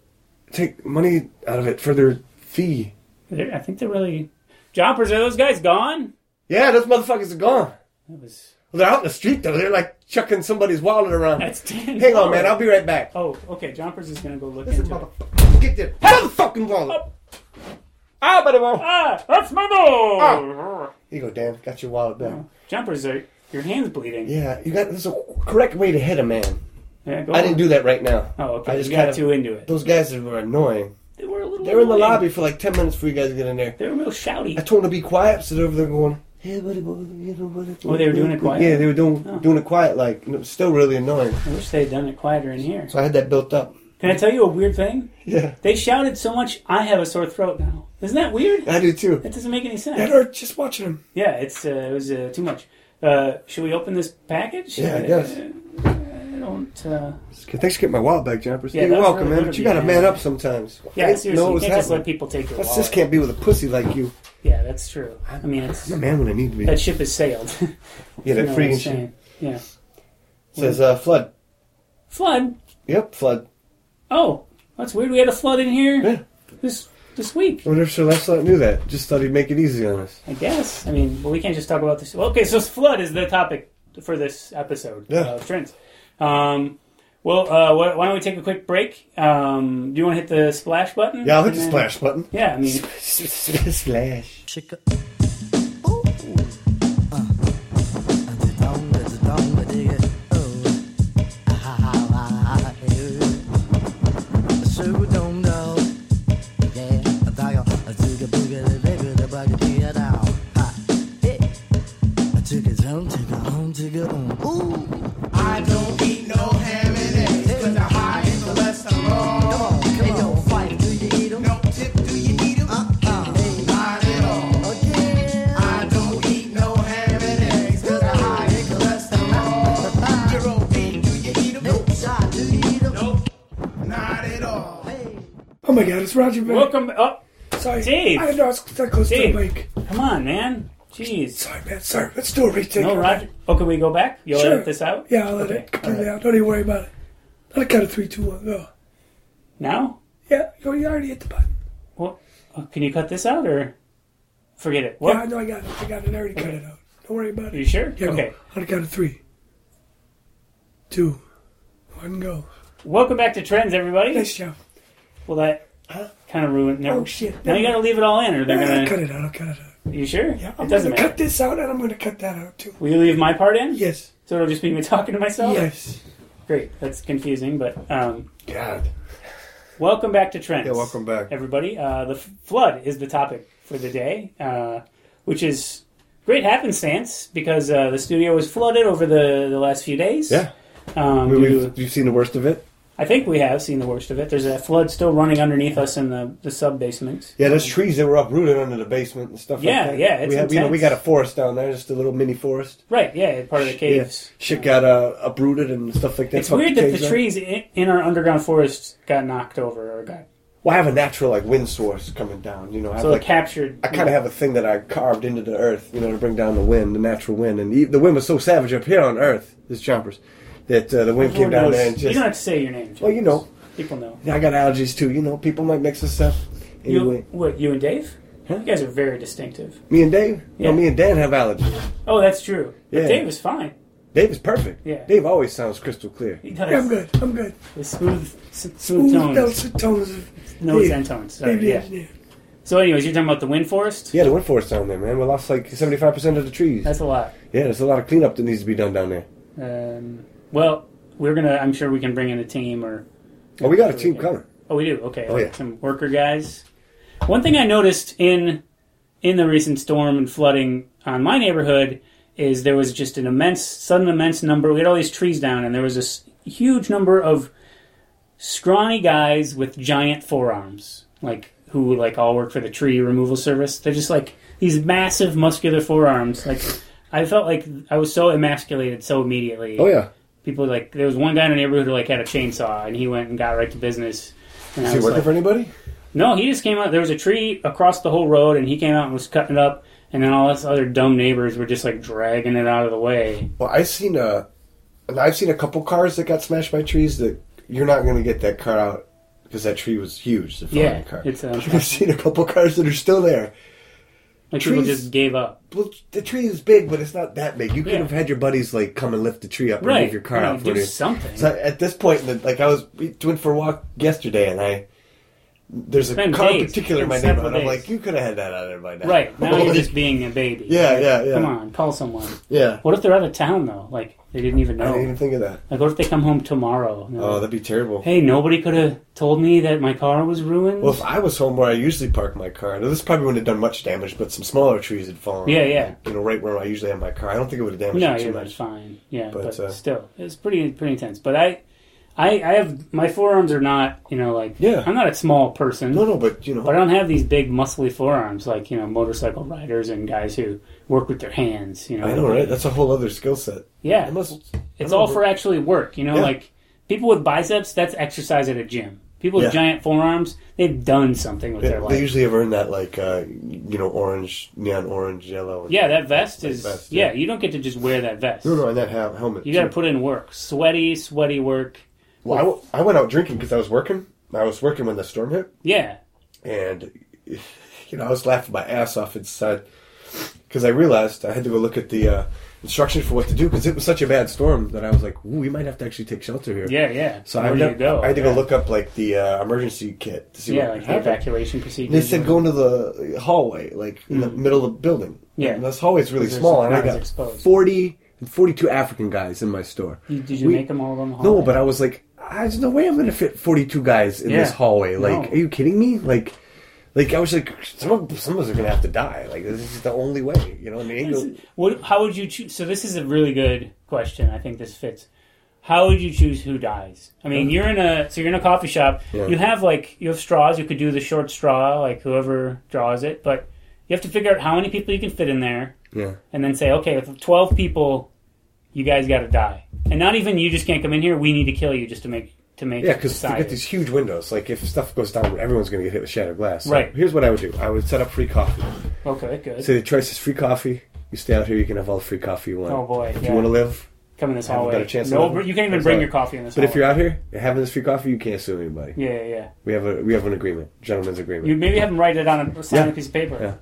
[SPEAKER 2] take money out of it for their fee.
[SPEAKER 3] They're, I think they're really jumpers. Are those guys gone?
[SPEAKER 2] Yeah, those motherfuckers are gone.
[SPEAKER 3] That was
[SPEAKER 2] Well, they're out in the street though. They're like chucking somebody's wallet around.
[SPEAKER 3] that's ten.
[SPEAKER 2] Hang on, man. I'll be right back.
[SPEAKER 3] Oh, okay. Jumpers is gonna go look
[SPEAKER 2] Listen,
[SPEAKER 3] into. It. Oh.
[SPEAKER 2] motherfucker, get their motherfucking wallet.
[SPEAKER 3] Up.
[SPEAKER 2] Ah, buddy boy.
[SPEAKER 3] Ah, that's my ball.
[SPEAKER 2] Here you go, Dan. Got your wallet back.
[SPEAKER 3] Oh. Jumpers are your hands bleeding.
[SPEAKER 2] Yeah, you got. There's a correct way to hit a man.
[SPEAKER 3] Yeah, go
[SPEAKER 2] I
[SPEAKER 3] on.
[SPEAKER 2] didn't do that right now.
[SPEAKER 3] Oh, okay.
[SPEAKER 2] I just
[SPEAKER 3] you got
[SPEAKER 2] kinda-
[SPEAKER 3] too into it.
[SPEAKER 2] Those guys that were annoying.
[SPEAKER 3] They were a little.
[SPEAKER 2] They were in the
[SPEAKER 3] annoying.
[SPEAKER 2] lobby for like 10 minutes before you guys get in there.
[SPEAKER 3] They were real shouty.
[SPEAKER 2] I told them to be quiet, so they're over there going, hey, buddy, boy, you know what?
[SPEAKER 3] Oh, they were doing it quiet?
[SPEAKER 2] Yeah, they were doing,
[SPEAKER 3] Oh.
[SPEAKER 2] doing it quiet, like, and it was still really annoying.
[SPEAKER 3] I wish they had done it quieter in here.
[SPEAKER 2] So I had that built up.
[SPEAKER 3] Can I tell you a weird thing?
[SPEAKER 2] Yeah,
[SPEAKER 3] They shouted so much, I have a sore throat now. Isn't that weird?
[SPEAKER 2] I do too.
[SPEAKER 3] That doesn't make any
[SPEAKER 4] That
[SPEAKER 3] sense.
[SPEAKER 4] hurt just watching him.
[SPEAKER 3] Yeah, it's uh, it was uh, too much. Uh, should we open this package?
[SPEAKER 2] Yeah, I
[SPEAKER 3] Uh,
[SPEAKER 2] guess.
[SPEAKER 3] I don't. Uh,
[SPEAKER 2] Thanks for getting my wallet back, Jumpers.
[SPEAKER 3] Yeah,
[SPEAKER 2] You're
[SPEAKER 3] that was
[SPEAKER 2] welcome,
[SPEAKER 3] really
[SPEAKER 2] man.
[SPEAKER 3] good
[SPEAKER 2] But
[SPEAKER 3] of
[SPEAKER 2] you
[SPEAKER 3] you,
[SPEAKER 2] gotta
[SPEAKER 3] man.
[SPEAKER 2] man up sometimes. I
[SPEAKER 3] yeah,
[SPEAKER 2] didn't
[SPEAKER 3] seriously,
[SPEAKER 2] know what
[SPEAKER 3] you
[SPEAKER 2] was
[SPEAKER 3] can't just let
[SPEAKER 2] happening.
[SPEAKER 3] people take your
[SPEAKER 2] I
[SPEAKER 3] wallet.
[SPEAKER 2] just can't be with a pussy like you.
[SPEAKER 3] Yeah, that's true. I mean, it's
[SPEAKER 2] I'm a man when I need to be.
[SPEAKER 3] that ship has sailed.
[SPEAKER 2] yeah, that
[SPEAKER 3] You know what I'm
[SPEAKER 2] freaking shit.
[SPEAKER 3] saying. Yeah,
[SPEAKER 2] Says, uh, flood.
[SPEAKER 3] flood.
[SPEAKER 2] Yep, flood.
[SPEAKER 3] Oh, that's weird. We had a flood in here
[SPEAKER 2] Yeah.
[SPEAKER 3] this this week.
[SPEAKER 2] I wonder if Sir Lancelot knew that. Just thought he'd make it easy on us.
[SPEAKER 3] I guess. I mean, well, we can't just talk about this. Well, okay, so flood is the topic for this episode
[SPEAKER 2] Yeah.
[SPEAKER 3] of Trends. Um, well, uh, why, why don't we take a quick break? Um, do you want to hit the splash button?
[SPEAKER 2] Yeah, I'll hit the
[SPEAKER 3] And then-
[SPEAKER 2] splash button.
[SPEAKER 3] Yeah, I mean,
[SPEAKER 2] Splash.
[SPEAKER 5] Chica. Ooh. Uh. Da-dong, da-da-dong, da-digga. Oh. Ah-ha-ha-ha. Shoo-dum-dum. Yeah, da-yo. Zooga-booga-da-digga-da-bugga-dee-da-dow. Ha. Hey. Chicka-dum, chicka-dum, chicka-dum. Ooh.
[SPEAKER 6] I don't eat no ham and eggs, but the high in cholesterol.
[SPEAKER 5] Come on, come on. Do you eat 'em?
[SPEAKER 6] No tip, do you eat 'em?
[SPEAKER 5] Uh-uh. Hey.
[SPEAKER 6] Not at all.
[SPEAKER 5] Oh, yeah.
[SPEAKER 6] I don't eat no ham and eggs, 'cause the high in cholesterol. You're obese, do you eat 'em?
[SPEAKER 5] Nope. Shy, do you eat 'em?
[SPEAKER 6] Nope, not at all.
[SPEAKER 5] Hey.
[SPEAKER 4] Oh my god, it's Roger back.
[SPEAKER 3] welcome. Oh,
[SPEAKER 4] Sorry.
[SPEAKER 3] Dave.
[SPEAKER 4] I didn't know I was that close
[SPEAKER 3] Dave.
[SPEAKER 4] to the mic.
[SPEAKER 3] come on, man. Jeez.
[SPEAKER 4] Sorry, man. Sorry. Let's do a retake.
[SPEAKER 3] No, Roger. Oh, can we go back? You'll
[SPEAKER 4] Sure.
[SPEAKER 3] edit this out
[SPEAKER 4] Yeah, I'll let
[SPEAKER 3] Okay,
[SPEAKER 4] it completely out. Don't even worry about it. I'll cut a 3, 2, 1, go.
[SPEAKER 3] now.
[SPEAKER 4] Yeah, you you already hit the button.
[SPEAKER 3] Well, uh, can you cut this out or forget it? What?
[SPEAKER 4] Yeah, I know I got it. I got it. I already cut it out. Don't worry about
[SPEAKER 3] Are you
[SPEAKER 4] it.
[SPEAKER 3] sure?
[SPEAKER 4] Yeah,
[SPEAKER 3] okay.
[SPEAKER 4] go. On the count of three, two, one, go.
[SPEAKER 3] Welcome back to Trends, everybody.
[SPEAKER 4] Nice job.
[SPEAKER 3] Well, that kind of ruined. Never.
[SPEAKER 4] Oh, shit.
[SPEAKER 3] Now you got to leave it all in, or they're
[SPEAKER 4] I'll
[SPEAKER 3] gonna.
[SPEAKER 4] cut it out. I'll cut it out.
[SPEAKER 3] You sure?
[SPEAKER 4] Yeah,
[SPEAKER 3] it
[SPEAKER 4] I'm
[SPEAKER 3] doesn't
[SPEAKER 4] gonna
[SPEAKER 3] matter.
[SPEAKER 4] cut this out and I'm gonna cut that out too.
[SPEAKER 3] Will you leave my part in?
[SPEAKER 4] Yes.
[SPEAKER 3] So it'll just be me talking to myself?
[SPEAKER 4] Yes.
[SPEAKER 3] Great. That's confusing, but um,
[SPEAKER 2] God.
[SPEAKER 3] welcome back to Trends.
[SPEAKER 2] Yeah, welcome back.
[SPEAKER 3] everybody. Uh, the f- flood is the topic for the day, uh, which is great happenstance because uh, the studio was flooded over the, the last few days.
[SPEAKER 2] Yeah.
[SPEAKER 3] Um,
[SPEAKER 2] We,
[SPEAKER 3] due to-
[SPEAKER 2] we've, we've seen the worst of it.
[SPEAKER 3] I think we have seen the worst of it. There's a flood still running underneath us in the, the sub basement.
[SPEAKER 2] Yeah, there's trees that were uprooted under the basement and stuff
[SPEAKER 3] Yeah,
[SPEAKER 2] like that.
[SPEAKER 3] yeah, it's
[SPEAKER 2] we, had- you know, we
[SPEAKER 3] intense.
[SPEAKER 2] got a forest down there, just a little mini forest.
[SPEAKER 3] Right, yeah, part of the caves.
[SPEAKER 2] Yeah. Shit got uh, uprooted and stuff like that.
[SPEAKER 3] It's
[SPEAKER 2] Fuck
[SPEAKER 3] weird that
[SPEAKER 2] caves uh,
[SPEAKER 3] the
[SPEAKER 2] up.
[SPEAKER 3] trees in, in our underground forest got knocked over or got
[SPEAKER 2] Well, I have a natural like wind source coming down. You know, I have,
[SPEAKER 3] so
[SPEAKER 2] like
[SPEAKER 3] it captured.
[SPEAKER 2] I kind of have a thing that I carved into the earth, you know, to bring down the wind, the natural wind. And the, the wind was so savage up here on Earth, this jumpers, that uh, the wind
[SPEAKER 3] Everyone
[SPEAKER 2] came down
[SPEAKER 3] knows-
[SPEAKER 2] there and
[SPEAKER 3] you don't
[SPEAKER 2] just.
[SPEAKER 3] have to say your name.
[SPEAKER 2] Well, you know.
[SPEAKER 3] people know.
[SPEAKER 2] Yeah, I got allergies too. You know, people might mix this up. Anyway,
[SPEAKER 3] You, what you and Dave?
[SPEAKER 2] Huh?
[SPEAKER 3] You guys are very distinctive.
[SPEAKER 2] me and Dave,
[SPEAKER 3] Yeah.
[SPEAKER 2] no, me and Dan have allergies.
[SPEAKER 3] Oh, that's true. But
[SPEAKER 2] Yeah.
[SPEAKER 3] Dave is fine.
[SPEAKER 2] Dave is perfect.
[SPEAKER 3] Yeah.
[SPEAKER 2] Dave always sounds crystal clear.
[SPEAKER 3] He
[SPEAKER 4] Yeah,
[SPEAKER 3] does.
[SPEAKER 4] I'm good. I'm good.
[SPEAKER 3] The smooth, s- smooth
[SPEAKER 4] Ooh,
[SPEAKER 3] tones.
[SPEAKER 4] those are tones of
[SPEAKER 3] Notes
[SPEAKER 4] Dave.
[SPEAKER 3] and tones. Sorry,
[SPEAKER 4] Dave the
[SPEAKER 3] yeah.
[SPEAKER 4] engineer.
[SPEAKER 3] So, anyways, you're talking about the wind forest?
[SPEAKER 2] Yeah, the wind forest down there, man. We lost like seventy five percent of the trees.
[SPEAKER 3] That's a lot.
[SPEAKER 2] yeah, there's a lot of cleanup that needs to be done down there.
[SPEAKER 3] Um, well, we're going to, I'm sure we can bring in a team or.
[SPEAKER 2] Oh, we got a team coming.
[SPEAKER 3] Oh, we do? Okay.
[SPEAKER 2] Oh,
[SPEAKER 3] like
[SPEAKER 2] yeah.
[SPEAKER 3] Some worker guys. One thing I noticed in in the recent storm and flooding on my neighborhood is there was just an immense, sudden immense number. We had all these trees down, and there was this huge number of scrawny guys with giant forearms, like who like all work for the tree removal service. They're just like these massive muscular forearms. Like I felt like I was so emasculated so immediately
[SPEAKER 2] Oh yeah.
[SPEAKER 3] people like there was one guy in the neighborhood who like had a chainsaw and he went and got right to business. And I
[SPEAKER 2] Is he
[SPEAKER 3] was
[SPEAKER 2] working
[SPEAKER 3] like-
[SPEAKER 2] for anybody?
[SPEAKER 3] no, he just came out. There was a tree across the whole road, and he came out and was cutting it up. And then all us other dumb neighbors were just like dragging it out of the way.
[SPEAKER 2] Well, I've seen a, and I've seen a couple cars that got smashed by trees. That you're not going to get that car out because that tree was huge. The
[SPEAKER 3] Yeah,
[SPEAKER 2] car.
[SPEAKER 3] it's, um,
[SPEAKER 2] I've seen a couple cars that are still there.
[SPEAKER 3] Like people
[SPEAKER 2] Trees.
[SPEAKER 3] just gave up.
[SPEAKER 2] Well, the tree is big, but it's not that big. You could
[SPEAKER 3] Yeah.
[SPEAKER 2] have had your buddies like come and lift the tree up and
[SPEAKER 3] Right,
[SPEAKER 2] move your car
[SPEAKER 3] yeah,
[SPEAKER 2] out for
[SPEAKER 3] do
[SPEAKER 2] you.
[SPEAKER 3] something.
[SPEAKER 2] So at this point, the- like I was we went for a walk yesterday, and I. There's a
[SPEAKER 3] It's been
[SPEAKER 2] car in
[SPEAKER 3] days.
[SPEAKER 2] particular in my
[SPEAKER 3] It's been
[SPEAKER 2] neighborhood.
[SPEAKER 3] several
[SPEAKER 2] I'm
[SPEAKER 3] days.
[SPEAKER 2] like, you could have had that out of there by now.
[SPEAKER 3] Right now, you're just being a baby.
[SPEAKER 2] Yeah,
[SPEAKER 3] Like,
[SPEAKER 2] yeah, yeah.
[SPEAKER 3] Come on, call someone.
[SPEAKER 2] yeah.
[SPEAKER 3] What if they're out of town though? Like they didn't even
[SPEAKER 2] I
[SPEAKER 3] know.
[SPEAKER 2] didn't even think of that.
[SPEAKER 3] Like what if they come home tomorrow? and they're
[SPEAKER 2] Oh,
[SPEAKER 3] like,
[SPEAKER 2] that'd be terrible.
[SPEAKER 3] hey, nobody could have told me that my car was ruined.
[SPEAKER 2] Well, if I was home where I usually park my car, now this probably wouldn't have done much damage, but some smaller trees had fallen.
[SPEAKER 3] Yeah, yeah.
[SPEAKER 2] You know, right where I usually have my car. I don't think it would have damaged
[SPEAKER 3] No,
[SPEAKER 2] it
[SPEAKER 3] yeah,
[SPEAKER 2] too
[SPEAKER 3] that's
[SPEAKER 2] much.
[SPEAKER 3] fine. Yeah, but,
[SPEAKER 2] But, uh,
[SPEAKER 3] still, it's pretty pretty intense. But I, I, I have my forearms are not you know like
[SPEAKER 2] Yeah.
[SPEAKER 3] I'm not a small person,
[SPEAKER 2] No, no, but you know,
[SPEAKER 3] but I don't have these big muscly forearms like you know motorcycle riders and guys who work with their hands. You know,
[SPEAKER 2] I know, right? That's a whole other skill set.
[SPEAKER 3] yeah,
[SPEAKER 2] I must.
[SPEAKER 3] it's
[SPEAKER 2] I
[SPEAKER 3] all
[SPEAKER 2] don't
[SPEAKER 3] for actually work. You know,
[SPEAKER 2] Yeah.
[SPEAKER 3] like people with biceps, that's exercise at a gym. People with
[SPEAKER 2] Yeah.
[SPEAKER 3] giant forearms, they've done something with
[SPEAKER 2] They,
[SPEAKER 3] their
[SPEAKER 2] they
[SPEAKER 3] life.
[SPEAKER 2] usually have earned that, like uh, you know, orange, neon orange, yellow.
[SPEAKER 3] yeah, that vest
[SPEAKER 2] That
[SPEAKER 3] is.
[SPEAKER 2] vest,
[SPEAKER 3] yeah.
[SPEAKER 2] yeah.
[SPEAKER 3] you don't get to just wear that vest.
[SPEAKER 2] No, no, and that ha- helmet.
[SPEAKER 3] You got to
[SPEAKER 2] too.
[SPEAKER 3] put in work, sweaty, sweaty work.
[SPEAKER 2] Well, I, w- I went out drinking because I was working. I was working when the storm hit.
[SPEAKER 3] Yeah,
[SPEAKER 2] and you know I was laughing my ass off inside because I realized I had to go look at the uh, instructions for what to do because it was such a bad storm that I was like, "Ooh, we might have to actually take shelter here."
[SPEAKER 3] yeah, yeah.
[SPEAKER 2] So I
[SPEAKER 3] where
[SPEAKER 2] had,
[SPEAKER 3] do you
[SPEAKER 2] to,
[SPEAKER 3] go?
[SPEAKER 2] I had to
[SPEAKER 3] Yeah.
[SPEAKER 2] go look up like the uh, emergency kit to see
[SPEAKER 3] Yeah,
[SPEAKER 2] what
[SPEAKER 3] like the
[SPEAKER 2] happened.
[SPEAKER 3] evacuation procedures.
[SPEAKER 2] They said go into the hallway, like in the middle of the building.
[SPEAKER 3] Mm. Yeah.
[SPEAKER 2] and this hallway's really
[SPEAKER 3] Because
[SPEAKER 2] small, and I
[SPEAKER 3] there's
[SPEAKER 2] got
[SPEAKER 3] exposed.
[SPEAKER 2] forty and forty-two African guys in my store.
[SPEAKER 3] You- Did you
[SPEAKER 2] We-
[SPEAKER 3] make them all on the hallway?
[SPEAKER 2] no, but I was like, "Ah, there's no way I'm gonna fit 42 guys in
[SPEAKER 3] Yeah.
[SPEAKER 2] this hallway. Like,
[SPEAKER 3] No.
[SPEAKER 2] are you kidding me? Like, like I was like, some of, some of us are gonna have to die. Like, this is the only way, you know. And the angle,
[SPEAKER 3] What, how would you choose? So this is a really good question. I think this fits. How would you choose who dies? I mean, you're in a so you're in a coffee shop.
[SPEAKER 2] Yeah.
[SPEAKER 3] You have like you have straws. You could do the short straw, like whoever draws it. But you have to figure out how many people you can fit in there,
[SPEAKER 2] yeah,
[SPEAKER 3] and then say, okay, if twelve people, you guys got to die. And not even you just can't come in here. We need to kill you just to make to make
[SPEAKER 2] yeah, because you
[SPEAKER 3] society.
[SPEAKER 2] get these huge windows. Like, if stuff goes down, everyone's gonna get hit with shattered glass. So
[SPEAKER 3] Right.
[SPEAKER 2] Here's what I would do. I would set up free coffee.
[SPEAKER 3] okay, good.
[SPEAKER 2] So the choice is free coffee. You stay out here. You can have all the free coffee you want.
[SPEAKER 3] Oh, boy,
[SPEAKER 2] If
[SPEAKER 3] yeah.
[SPEAKER 2] you want to live.
[SPEAKER 3] come in this
[SPEAKER 2] have a
[SPEAKER 3] hallway.
[SPEAKER 2] better chance
[SPEAKER 3] no,
[SPEAKER 2] of living.
[SPEAKER 3] you can't even
[SPEAKER 2] That's
[SPEAKER 3] bring
[SPEAKER 2] all.
[SPEAKER 3] your coffee in this.
[SPEAKER 2] But if
[SPEAKER 3] hallway.
[SPEAKER 2] you're out here and having this free coffee, you can't sue anybody.
[SPEAKER 3] Yeah, yeah, yeah.
[SPEAKER 2] We have a we have an agreement, gentleman's agreement.
[SPEAKER 3] You maybe have them write it on a sign on a
[SPEAKER 2] Yeah.
[SPEAKER 3] piece of paper.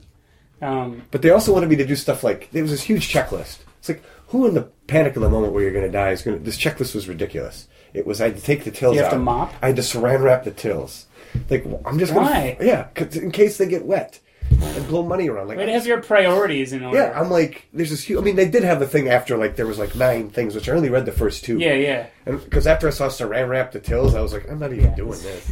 [SPEAKER 3] Um,
[SPEAKER 2] But they also wanted me to do stuff like there was this huge checklist. It's like who in the panic of the moment where you're going to die is going to. This checklist was ridiculous. It was I had to take the tills.
[SPEAKER 3] You have
[SPEAKER 2] out.
[SPEAKER 3] to mop?
[SPEAKER 2] I had to saran wrap the tills. Like I'm just
[SPEAKER 3] Why?
[SPEAKER 2] Gonna, yeah, 'cause in case they get wet. and blow money around. Like,
[SPEAKER 3] Way to have your priorities in order.
[SPEAKER 2] yeah, I'm like, there's this huge. I mean, they did have a thing after like there was like nine things, which I only read the first two.
[SPEAKER 3] yeah, yeah.
[SPEAKER 2] Because after I saw Saran Wrap the Tills, I was like, I'm not even
[SPEAKER 3] Yeah.
[SPEAKER 2] doing this.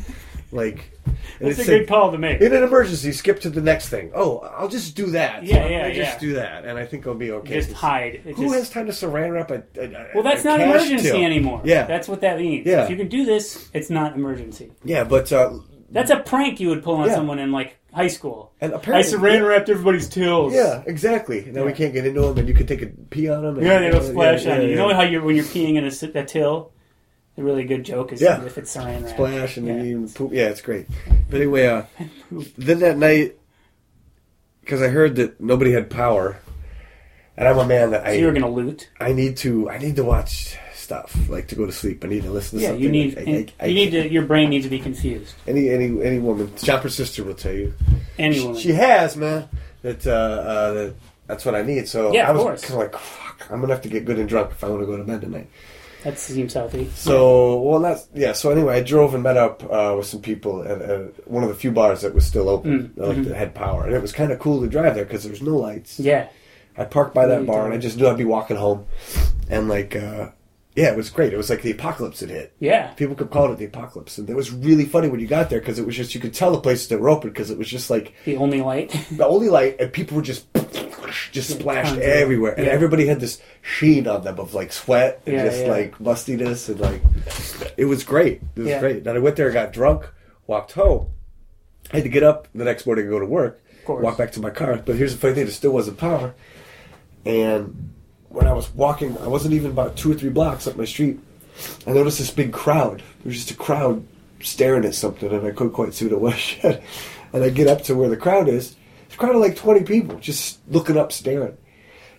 [SPEAKER 2] Like, and
[SPEAKER 3] That's
[SPEAKER 2] it
[SPEAKER 3] a
[SPEAKER 2] said,
[SPEAKER 3] good call to make.
[SPEAKER 2] In an emergency, skip to the next thing. Oh, I'll just do that.
[SPEAKER 3] Yeah, yeah,
[SPEAKER 2] I just
[SPEAKER 3] yeah.
[SPEAKER 2] do that, and I think I'll be okay.
[SPEAKER 3] just hide. It
[SPEAKER 2] Who
[SPEAKER 3] just-
[SPEAKER 2] has time to Saran Wrap a? a- a-
[SPEAKER 3] well, that's
[SPEAKER 2] a
[SPEAKER 3] not
[SPEAKER 2] cash
[SPEAKER 3] emergency
[SPEAKER 2] till?
[SPEAKER 3] anymore.
[SPEAKER 2] Yeah,
[SPEAKER 3] that's what that means.
[SPEAKER 2] Yeah.
[SPEAKER 3] If you can do this, it's not emergency.
[SPEAKER 2] yeah, but uh,
[SPEAKER 3] That's a prank you would pull on
[SPEAKER 2] Yeah.
[SPEAKER 3] someone in like high school.
[SPEAKER 2] and
[SPEAKER 3] I
[SPEAKER 2] apparently
[SPEAKER 3] saran wrapped everybody's tails.
[SPEAKER 2] Yeah, exactly. Now we
[SPEAKER 3] Yeah.
[SPEAKER 2] can't get into them, and you can take a pee on them. And,
[SPEAKER 3] Yeah, they don't splash
[SPEAKER 2] yeah,
[SPEAKER 3] on you.
[SPEAKER 2] yeah,
[SPEAKER 3] You know
[SPEAKER 2] yeah.
[SPEAKER 3] how you're when you're peeing in a, s- a till. The really good joke is
[SPEAKER 2] Yeah.
[SPEAKER 3] if it's saran wrap.
[SPEAKER 2] splash and
[SPEAKER 3] Yeah.
[SPEAKER 2] you even poop. Yeah, it's great. But anyway, uh, then that night, because I heard that nobody had power, and I'm a man that
[SPEAKER 3] So you're
[SPEAKER 2] I
[SPEAKER 3] gonna loot.
[SPEAKER 2] I need to I need to watch stuff like to go to sleep. I need to listen to
[SPEAKER 3] Yeah,
[SPEAKER 2] something.
[SPEAKER 3] you need
[SPEAKER 2] I- I-
[SPEAKER 3] and
[SPEAKER 2] I-
[SPEAKER 3] you need to. Your brain needs to be confused.
[SPEAKER 2] any any any woman. Chopper's sister will tell you.
[SPEAKER 3] Any
[SPEAKER 2] She-
[SPEAKER 3] woman.
[SPEAKER 2] She has, man. That, uh, uh, that that's what I need. So
[SPEAKER 3] Yeah,
[SPEAKER 2] I
[SPEAKER 3] of
[SPEAKER 2] was
[SPEAKER 3] course.
[SPEAKER 2] kind of like, fuck, I'm gonna have to get good and drunk if I want to go to bed tonight.
[SPEAKER 3] that seems healthy.
[SPEAKER 2] So well, that's yeah. So anyway, I drove and met up uh, with some people at, at one of the few bars that was still open,
[SPEAKER 3] Mm,
[SPEAKER 2] that, like that had power, and it was kind of cool to drive there because there was no lights.
[SPEAKER 3] Yeah.
[SPEAKER 2] I parked by that
[SPEAKER 3] Yeah,
[SPEAKER 2] bar,
[SPEAKER 3] you
[SPEAKER 2] and I
[SPEAKER 3] did.
[SPEAKER 2] just knew I'd be walking home, and like, uh, yeah, it was great. It was like the apocalypse had hit.
[SPEAKER 3] Yeah.
[SPEAKER 2] People could call it the apocalypse, and it was really funny when you got there because it was just you could tell the places that were open because it was just like
[SPEAKER 3] The only light.
[SPEAKER 2] the only light, and people were just just splashed
[SPEAKER 3] tons of-
[SPEAKER 2] everywhere, and
[SPEAKER 3] yeah.
[SPEAKER 2] everybody had this sheen on them of like sweat and
[SPEAKER 3] Yeah,
[SPEAKER 2] just
[SPEAKER 3] yeah.
[SPEAKER 2] like mustiness, and like it was great. It was
[SPEAKER 3] Yeah.
[SPEAKER 2] great. Then I went there, and got drunk, walked home. I had to get up the next morning and go to work.
[SPEAKER 3] course.
[SPEAKER 2] Walk back to my car, but here's the funny thing: there still wasn't power. And when I was walking, I wasn't even about two or three blocks up my street. I noticed this big crowd. There was just a crowd staring at something, and I couldn't quite see what it was yet. And I get up to where the crowd is. It's a crowd of like 20 people just looking up, staring.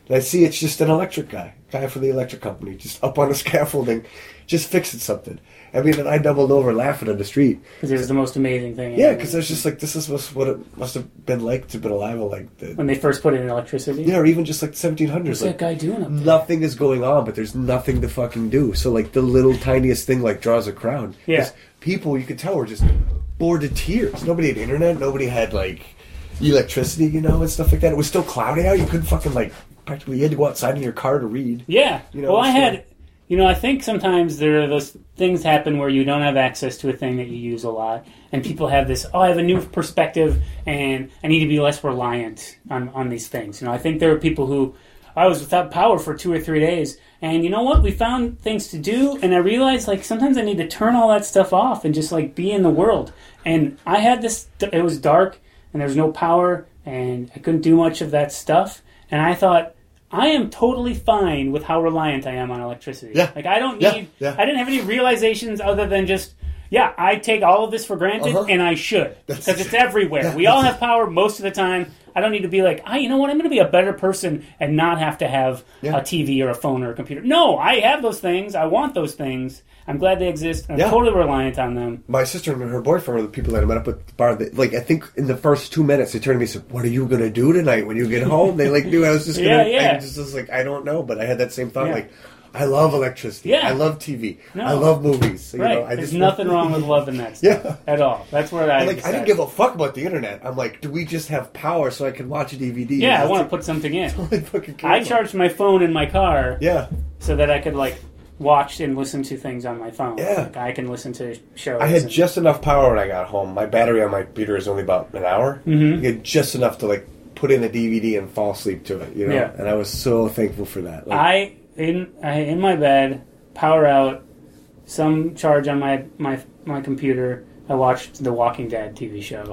[SPEAKER 2] And I see it's just an electric guy, guy from the electric company, just up on the scaffolding, just fixing something. I mean, and I doubled over laughing on the street.
[SPEAKER 3] Because it was the most amazing thing.
[SPEAKER 2] Yeah, because I was just like, this is must- what it must have been like to have been alive, like the,
[SPEAKER 3] when they first put in electricity.
[SPEAKER 2] yeah, Mm. or even just like the 1700s.
[SPEAKER 3] What's
[SPEAKER 2] like,
[SPEAKER 3] that guy doing up there?
[SPEAKER 2] nothing is going on, but there's nothing to fucking do. So like the little tiniest thing like draws a crowd.
[SPEAKER 3] Yeah.
[SPEAKER 2] 'Cause People you could tell were just bored to tears. Nobody had internet. Nobody had like electricity, you know, and stuff like that. It was still cloudy out. You couldn't fucking like practically you had to go outside in your car to read.
[SPEAKER 3] Yeah.
[SPEAKER 2] You know,
[SPEAKER 3] well, I
[SPEAKER 2] it's
[SPEAKER 3] had,
[SPEAKER 2] like-
[SPEAKER 3] you know, I think sometimes there are those things happen where you don't have access to a thing that you use a lot, and people have this. Oh, I have a new perspective, and I need to be less reliant on on these things. You know, I think there are people who. I was without power for two or three days, and you know what? We found things to do, and I realized like sometimes I need to turn all that stuff off and just like be in the world. And I had this; it was dark, and there was no power, and I couldn't do much of that stuff. And I thought, I am totally fine with how reliant I am on electricity.
[SPEAKER 2] Yeah.
[SPEAKER 3] Like I don't
[SPEAKER 2] Yeah,
[SPEAKER 3] need
[SPEAKER 2] yeah.
[SPEAKER 3] I didn't have any realizations other than just yeah, I take all of this for granted
[SPEAKER 2] Uh-huh.
[SPEAKER 3] and I should.
[SPEAKER 2] That's-
[SPEAKER 3] Because it's everywhere. we all have power most of the time. I don't need to be like, ah, you know what, I'm gonna be a better person and not have to have
[SPEAKER 2] Yeah.
[SPEAKER 3] a TV or a phone or a computer. No, I have those things. I want those things. I'm glad they exist. and I'm
[SPEAKER 2] Yeah.
[SPEAKER 3] totally reliant on them.
[SPEAKER 2] My sister and her boyfriend were the people that I met up with at the bar. That, like I think in the first two minutes they turned to me and said, "What are you gonna do tonight when you get home?" They like knew I was just gonna.
[SPEAKER 3] Yeah, yeah.
[SPEAKER 2] I just was like, I don't know, but I had that same thought
[SPEAKER 3] Yeah.
[SPEAKER 2] like. I love electricity.
[SPEAKER 3] Yeah.
[SPEAKER 2] I love TV.
[SPEAKER 3] No.
[SPEAKER 2] I love movies. You
[SPEAKER 3] Right.
[SPEAKER 2] know, I
[SPEAKER 3] There's
[SPEAKER 2] just-
[SPEAKER 3] nothing wrong with loving that stuff
[SPEAKER 2] Yeah.
[SPEAKER 3] at all. That's where I
[SPEAKER 2] I'm like I didn't
[SPEAKER 3] decided.
[SPEAKER 2] give a fuck about the internet. I'm like, do we just have power so I can watch a DVD?
[SPEAKER 3] Yeah, I want to put something in.
[SPEAKER 2] to. fucking care
[SPEAKER 3] I
[SPEAKER 2] about.
[SPEAKER 3] charged my phone in my car
[SPEAKER 2] Yeah,
[SPEAKER 3] so that I could like watch and listen to things on my phone.
[SPEAKER 2] Yeah.
[SPEAKER 3] Like, I can listen to shows.
[SPEAKER 2] I had
[SPEAKER 3] and-
[SPEAKER 2] just enough power when I got home. My battery on my computer is only about an hour. Mm-hmm. I had just enough to like put in a DVD and fall asleep to it. You know,
[SPEAKER 3] Yeah.
[SPEAKER 2] and I was so thankful for that. Like,
[SPEAKER 3] I in I in my bed, power out, some charge on my my my computer. I watched the Walking Dead TV show.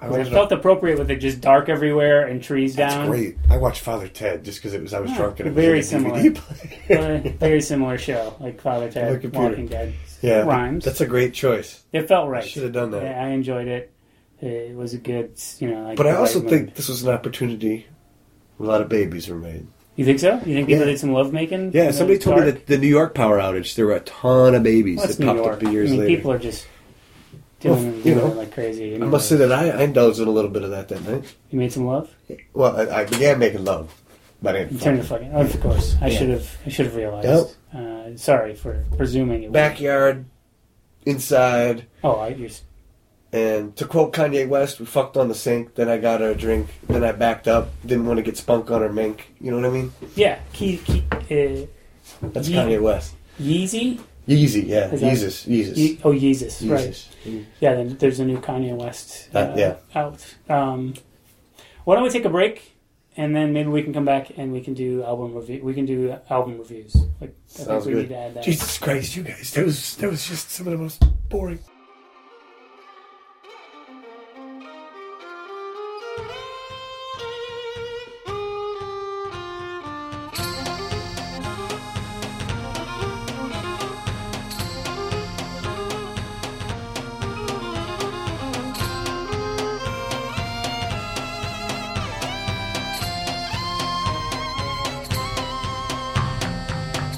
[SPEAKER 2] I
[SPEAKER 3] It
[SPEAKER 2] watched
[SPEAKER 3] felt appropriate with it just dark everywhere and trees
[SPEAKER 2] That's
[SPEAKER 3] down.
[SPEAKER 2] great. I watched Father Ted just because it was I was
[SPEAKER 3] Yeah,
[SPEAKER 2] drunk and it
[SPEAKER 3] very
[SPEAKER 2] was on a
[SPEAKER 3] similar.
[SPEAKER 2] DVD player.
[SPEAKER 3] But a very similar show, like Father
[SPEAKER 2] My
[SPEAKER 3] Ted,
[SPEAKER 2] computer.
[SPEAKER 3] Walking Dead.
[SPEAKER 2] yeah,
[SPEAKER 3] Rhymes.
[SPEAKER 2] That's a great choice.
[SPEAKER 3] It felt right.
[SPEAKER 2] Should have done that.
[SPEAKER 3] I I enjoyed it. It was a good, you know. Like
[SPEAKER 2] But
[SPEAKER 3] the
[SPEAKER 2] I also
[SPEAKER 3] right mood.
[SPEAKER 2] think this was an opportunity. A lot of babies were made.
[SPEAKER 3] you think so. You think people
[SPEAKER 2] Yeah.
[SPEAKER 3] did some lovemaking? in
[SPEAKER 2] Yeah,
[SPEAKER 3] the
[SPEAKER 2] somebody told me
[SPEAKER 3] dark?
[SPEAKER 2] that the New York power outage, there were a ton of babies
[SPEAKER 3] Well, it's
[SPEAKER 2] that
[SPEAKER 3] New
[SPEAKER 2] popped
[SPEAKER 3] York.
[SPEAKER 2] up years
[SPEAKER 3] I mean,
[SPEAKER 2] later.
[SPEAKER 3] people are just doing,
[SPEAKER 2] Well,
[SPEAKER 3] doing
[SPEAKER 2] you know,
[SPEAKER 3] it like crazy.
[SPEAKER 2] I must say that I, I indulged in a little bit of that that night.
[SPEAKER 3] you made some love.
[SPEAKER 2] Well, I, I began making love, but I
[SPEAKER 3] You
[SPEAKER 2] didn't.
[SPEAKER 3] turned to
[SPEAKER 2] fuck.
[SPEAKER 3] fucking. Of course, I
[SPEAKER 2] Yeah.
[SPEAKER 3] should have. I should have realized. Uh, sorry for presuming it. was-
[SPEAKER 2] Backyard, inside,
[SPEAKER 3] Oh, I, you're, s-
[SPEAKER 2] And to quote Kanye West, we fucked on the sink, then I got her a drink, then I backed up, didn't want to get spunk on her mink. You know what I mean?
[SPEAKER 3] Yeah, Key, Key, uh,
[SPEAKER 2] That's
[SPEAKER 3] Ye-
[SPEAKER 2] Kanye West.
[SPEAKER 3] Yeezy.
[SPEAKER 2] Yeezy, yeah.
[SPEAKER 3] Is that-
[SPEAKER 2] Yeezus, Yeezus.
[SPEAKER 3] Ye- oh, Yeezus, right?
[SPEAKER 2] Yeezus.
[SPEAKER 3] Yeah, then there's a new Kanye West uh,
[SPEAKER 2] Uh, yeah.
[SPEAKER 3] out. Um, why don't we take a break and then maybe we can come back and we can do album review. We can do album reviews. Like, I think
[SPEAKER 2] Sounds
[SPEAKER 3] we
[SPEAKER 2] good.
[SPEAKER 3] need to add that.
[SPEAKER 4] Jesus Christ, you guys. That was that was just some of the most boring.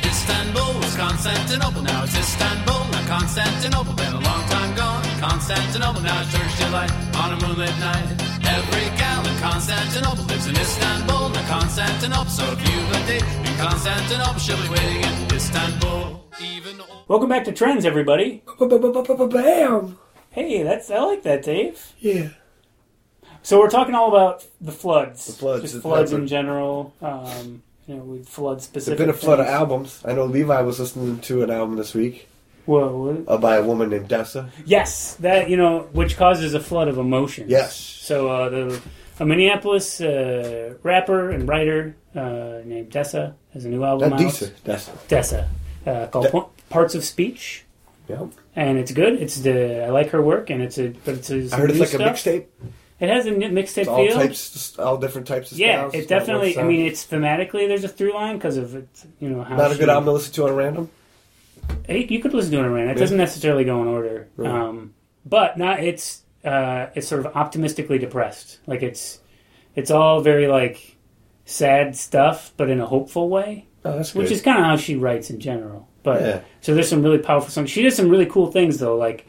[SPEAKER 7] Istanbul was Constantinople, now it's Istanbul, now Constantinople. Been a long time gone, Constantinople, now it's Turkish delight on a moonlit night. Every gal in Constantinople lives in Istanbul, now Constantinople. So if you've a date in Constantinople, she'll be waiting in Istanbul. Even
[SPEAKER 3] Welcome back to Trends, everybody.
[SPEAKER 4] Bam!
[SPEAKER 3] Hey, that's I like that, Dave.
[SPEAKER 4] Yeah.
[SPEAKER 3] So we're talking all about the floods, the
[SPEAKER 2] floods,
[SPEAKER 3] just
[SPEAKER 2] the
[SPEAKER 3] floods in
[SPEAKER 2] happened.
[SPEAKER 3] general. Um, you know, we flood
[SPEAKER 2] There's
[SPEAKER 3] specific.
[SPEAKER 2] been a flood of
[SPEAKER 3] things.
[SPEAKER 2] albums. I know Levi was listening to an album this week
[SPEAKER 3] Whoa, what-
[SPEAKER 2] uh, by a woman named Dessa.
[SPEAKER 3] Yes, that you know, which causes a flood of emotions.
[SPEAKER 2] Yes.
[SPEAKER 3] So uh, the a Minneapolis uh, rapper and writer uh, named Dessa has a new album
[SPEAKER 2] Not
[SPEAKER 3] out.
[SPEAKER 2] Dessa. Dessa.
[SPEAKER 3] Dessa uh, called
[SPEAKER 2] De-
[SPEAKER 3] Po- Parts of Speech,
[SPEAKER 2] Yeah.
[SPEAKER 3] and it's good. It's the I like her work, and it's a but it's a,
[SPEAKER 2] I heard it's
[SPEAKER 3] new
[SPEAKER 2] like a
[SPEAKER 3] stuff.
[SPEAKER 2] mixtape.
[SPEAKER 3] It has a ni- mixtape
[SPEAKER 2] It's all
[SPEAKER 3] feel.
[SPEAKER 2] types, all different types of
[SPEAKER 3] yeah,
[SPEAKER 2] styles.
[SPEAKER 3] it
[SPEAKER 2] It's not one
[SPEAKER 3] definitely. I
[SPEAKER 2] sound.
[SPEAKER 3] mean, it's thematically there's a through line because of it's, you know how
[SPEAKER 2] not a
[SPEAKER 3] she-
[SPEAKER 2] good album to listen to on random.
[SPEAKER 3] Hey, you could listen to it in random. It
[SPEAKER 2] Yeah.
[SPEAKER 3] doesn't necessarily go in order.
[SPEAKER 2] Right.
[SPEAKER 3] Um, but not it's uh, it's sort of optimistically depressed. Like it's it's all very like sad stuff, but in a hopeful way,
[SPEAKER 2] Oh, that's
[SPEAKER 3] which
[SPEAKER 2] good.
[SPEAKER 3] is kind of how she writes in general. But
[SPEAKER 2] Yeah.
[SPEAKER 3] so there's some really powerful songs. She does some really cool things though. Like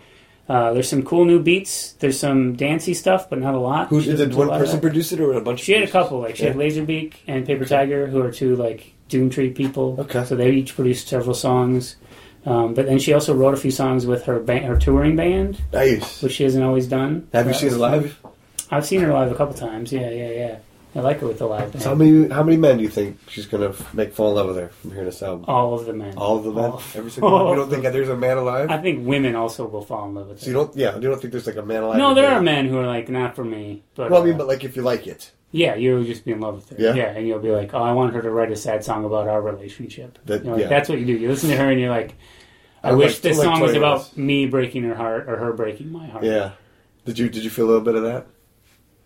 [SPEAKER 3] uh, there's some cool new beats. There's some dancey stuff, but not a lot.
[SPEAKER 2] Who
[SPEAKER 3] She
[SPEAKER 2] did
[SPEAKER 3] doesn't
[SPEAKER 2] it?
[SPEAKER 3] do a
[SPEAKER 2] One
[SPEAKER 3] lot of
[SPEAKER 2] person
[SPEAKER 3] that.
[SPEAKER 2] produce it or a bunch?
[SPEAKER 3] She
[SPEAKER 2] of
[SPEAKER 3] had a couple. Like she had
[SPEAKER 2] Yeah.
[SPEAKER 3] Laserbeak and Paper Tiger, who are two like Doomtree people.
[SPEAKER 2] Okay.
[SPEAKER 3] So they each produced several songs. Um, but then she also wrote a few songs with her ba- her touring band,
[SPEAKER 2] Nice.
[SPEAKER 3] which she hasn't always done.
[SPEAKER 2] Have you
[SPEAKER 3] Uh,
[SPEAKER 2] seen it live?
[SPEAKER 3] I've seen her live a couple times. Yeah, yeah, yeah. I like her with the live band.
[SPEAKER 2] So how many how many men do you think she's gonna f- make fall in love with her from here to album?
[SPEAKER 3] All of the men.
[SPEAKER 2] All of the men,
[SPEAKER 3] All of-
[SPEAKER 2] every single one.
[SPEAKER 3] all
[SPEAKER 2] You
[SPEAKER 3] of
[SPEAKER 2] don't think that there's a man alive?
[SPEAKER 3] I think women also will fall in love with
[SPEAKER 2] so you
[SPEAKER 3] her.
[SPEAKER 2] don't, yeah, you don't think there's like a man alive?
[SPEAKER 3] No,
[SPEAKER 2] out
[SPEAKER 3] there are men who are like not for me, but,
[SPEAKER 2] Well, I
[SPEAKER 3] uh,
[SPEAKER 2] mean, but like if you like it,
[SPEAKER 3] yeah, you'll just be in love with her.
[SPEAKER 2] Yeah?
[SPEAKER 3] and you'll be like, oh, I want her to write a sad song about our relationship.
[SPEAKER 2] That-
[SPEAKER 3] You know, like,
[SPEAKER 2] yeah.
[SPEAKER 3] That's what you do. You listen to her and you're like, I,
[SPEAKER 2] I
[SPEAKER 3] wish
[SPEAKER 2] like-
[SPEAKER 3] this
[SPEAKER 2] I like
[SPEAKER 3] song was
[SPEAKER 2] Tony
[SPEAKER 3] about
[SPEAKER 2] Ross.
[SPEAKER 3] me breaking her heart or her breaking my heart.
[SPEAKER 2] yeah. Did you did you feel a little bit of that?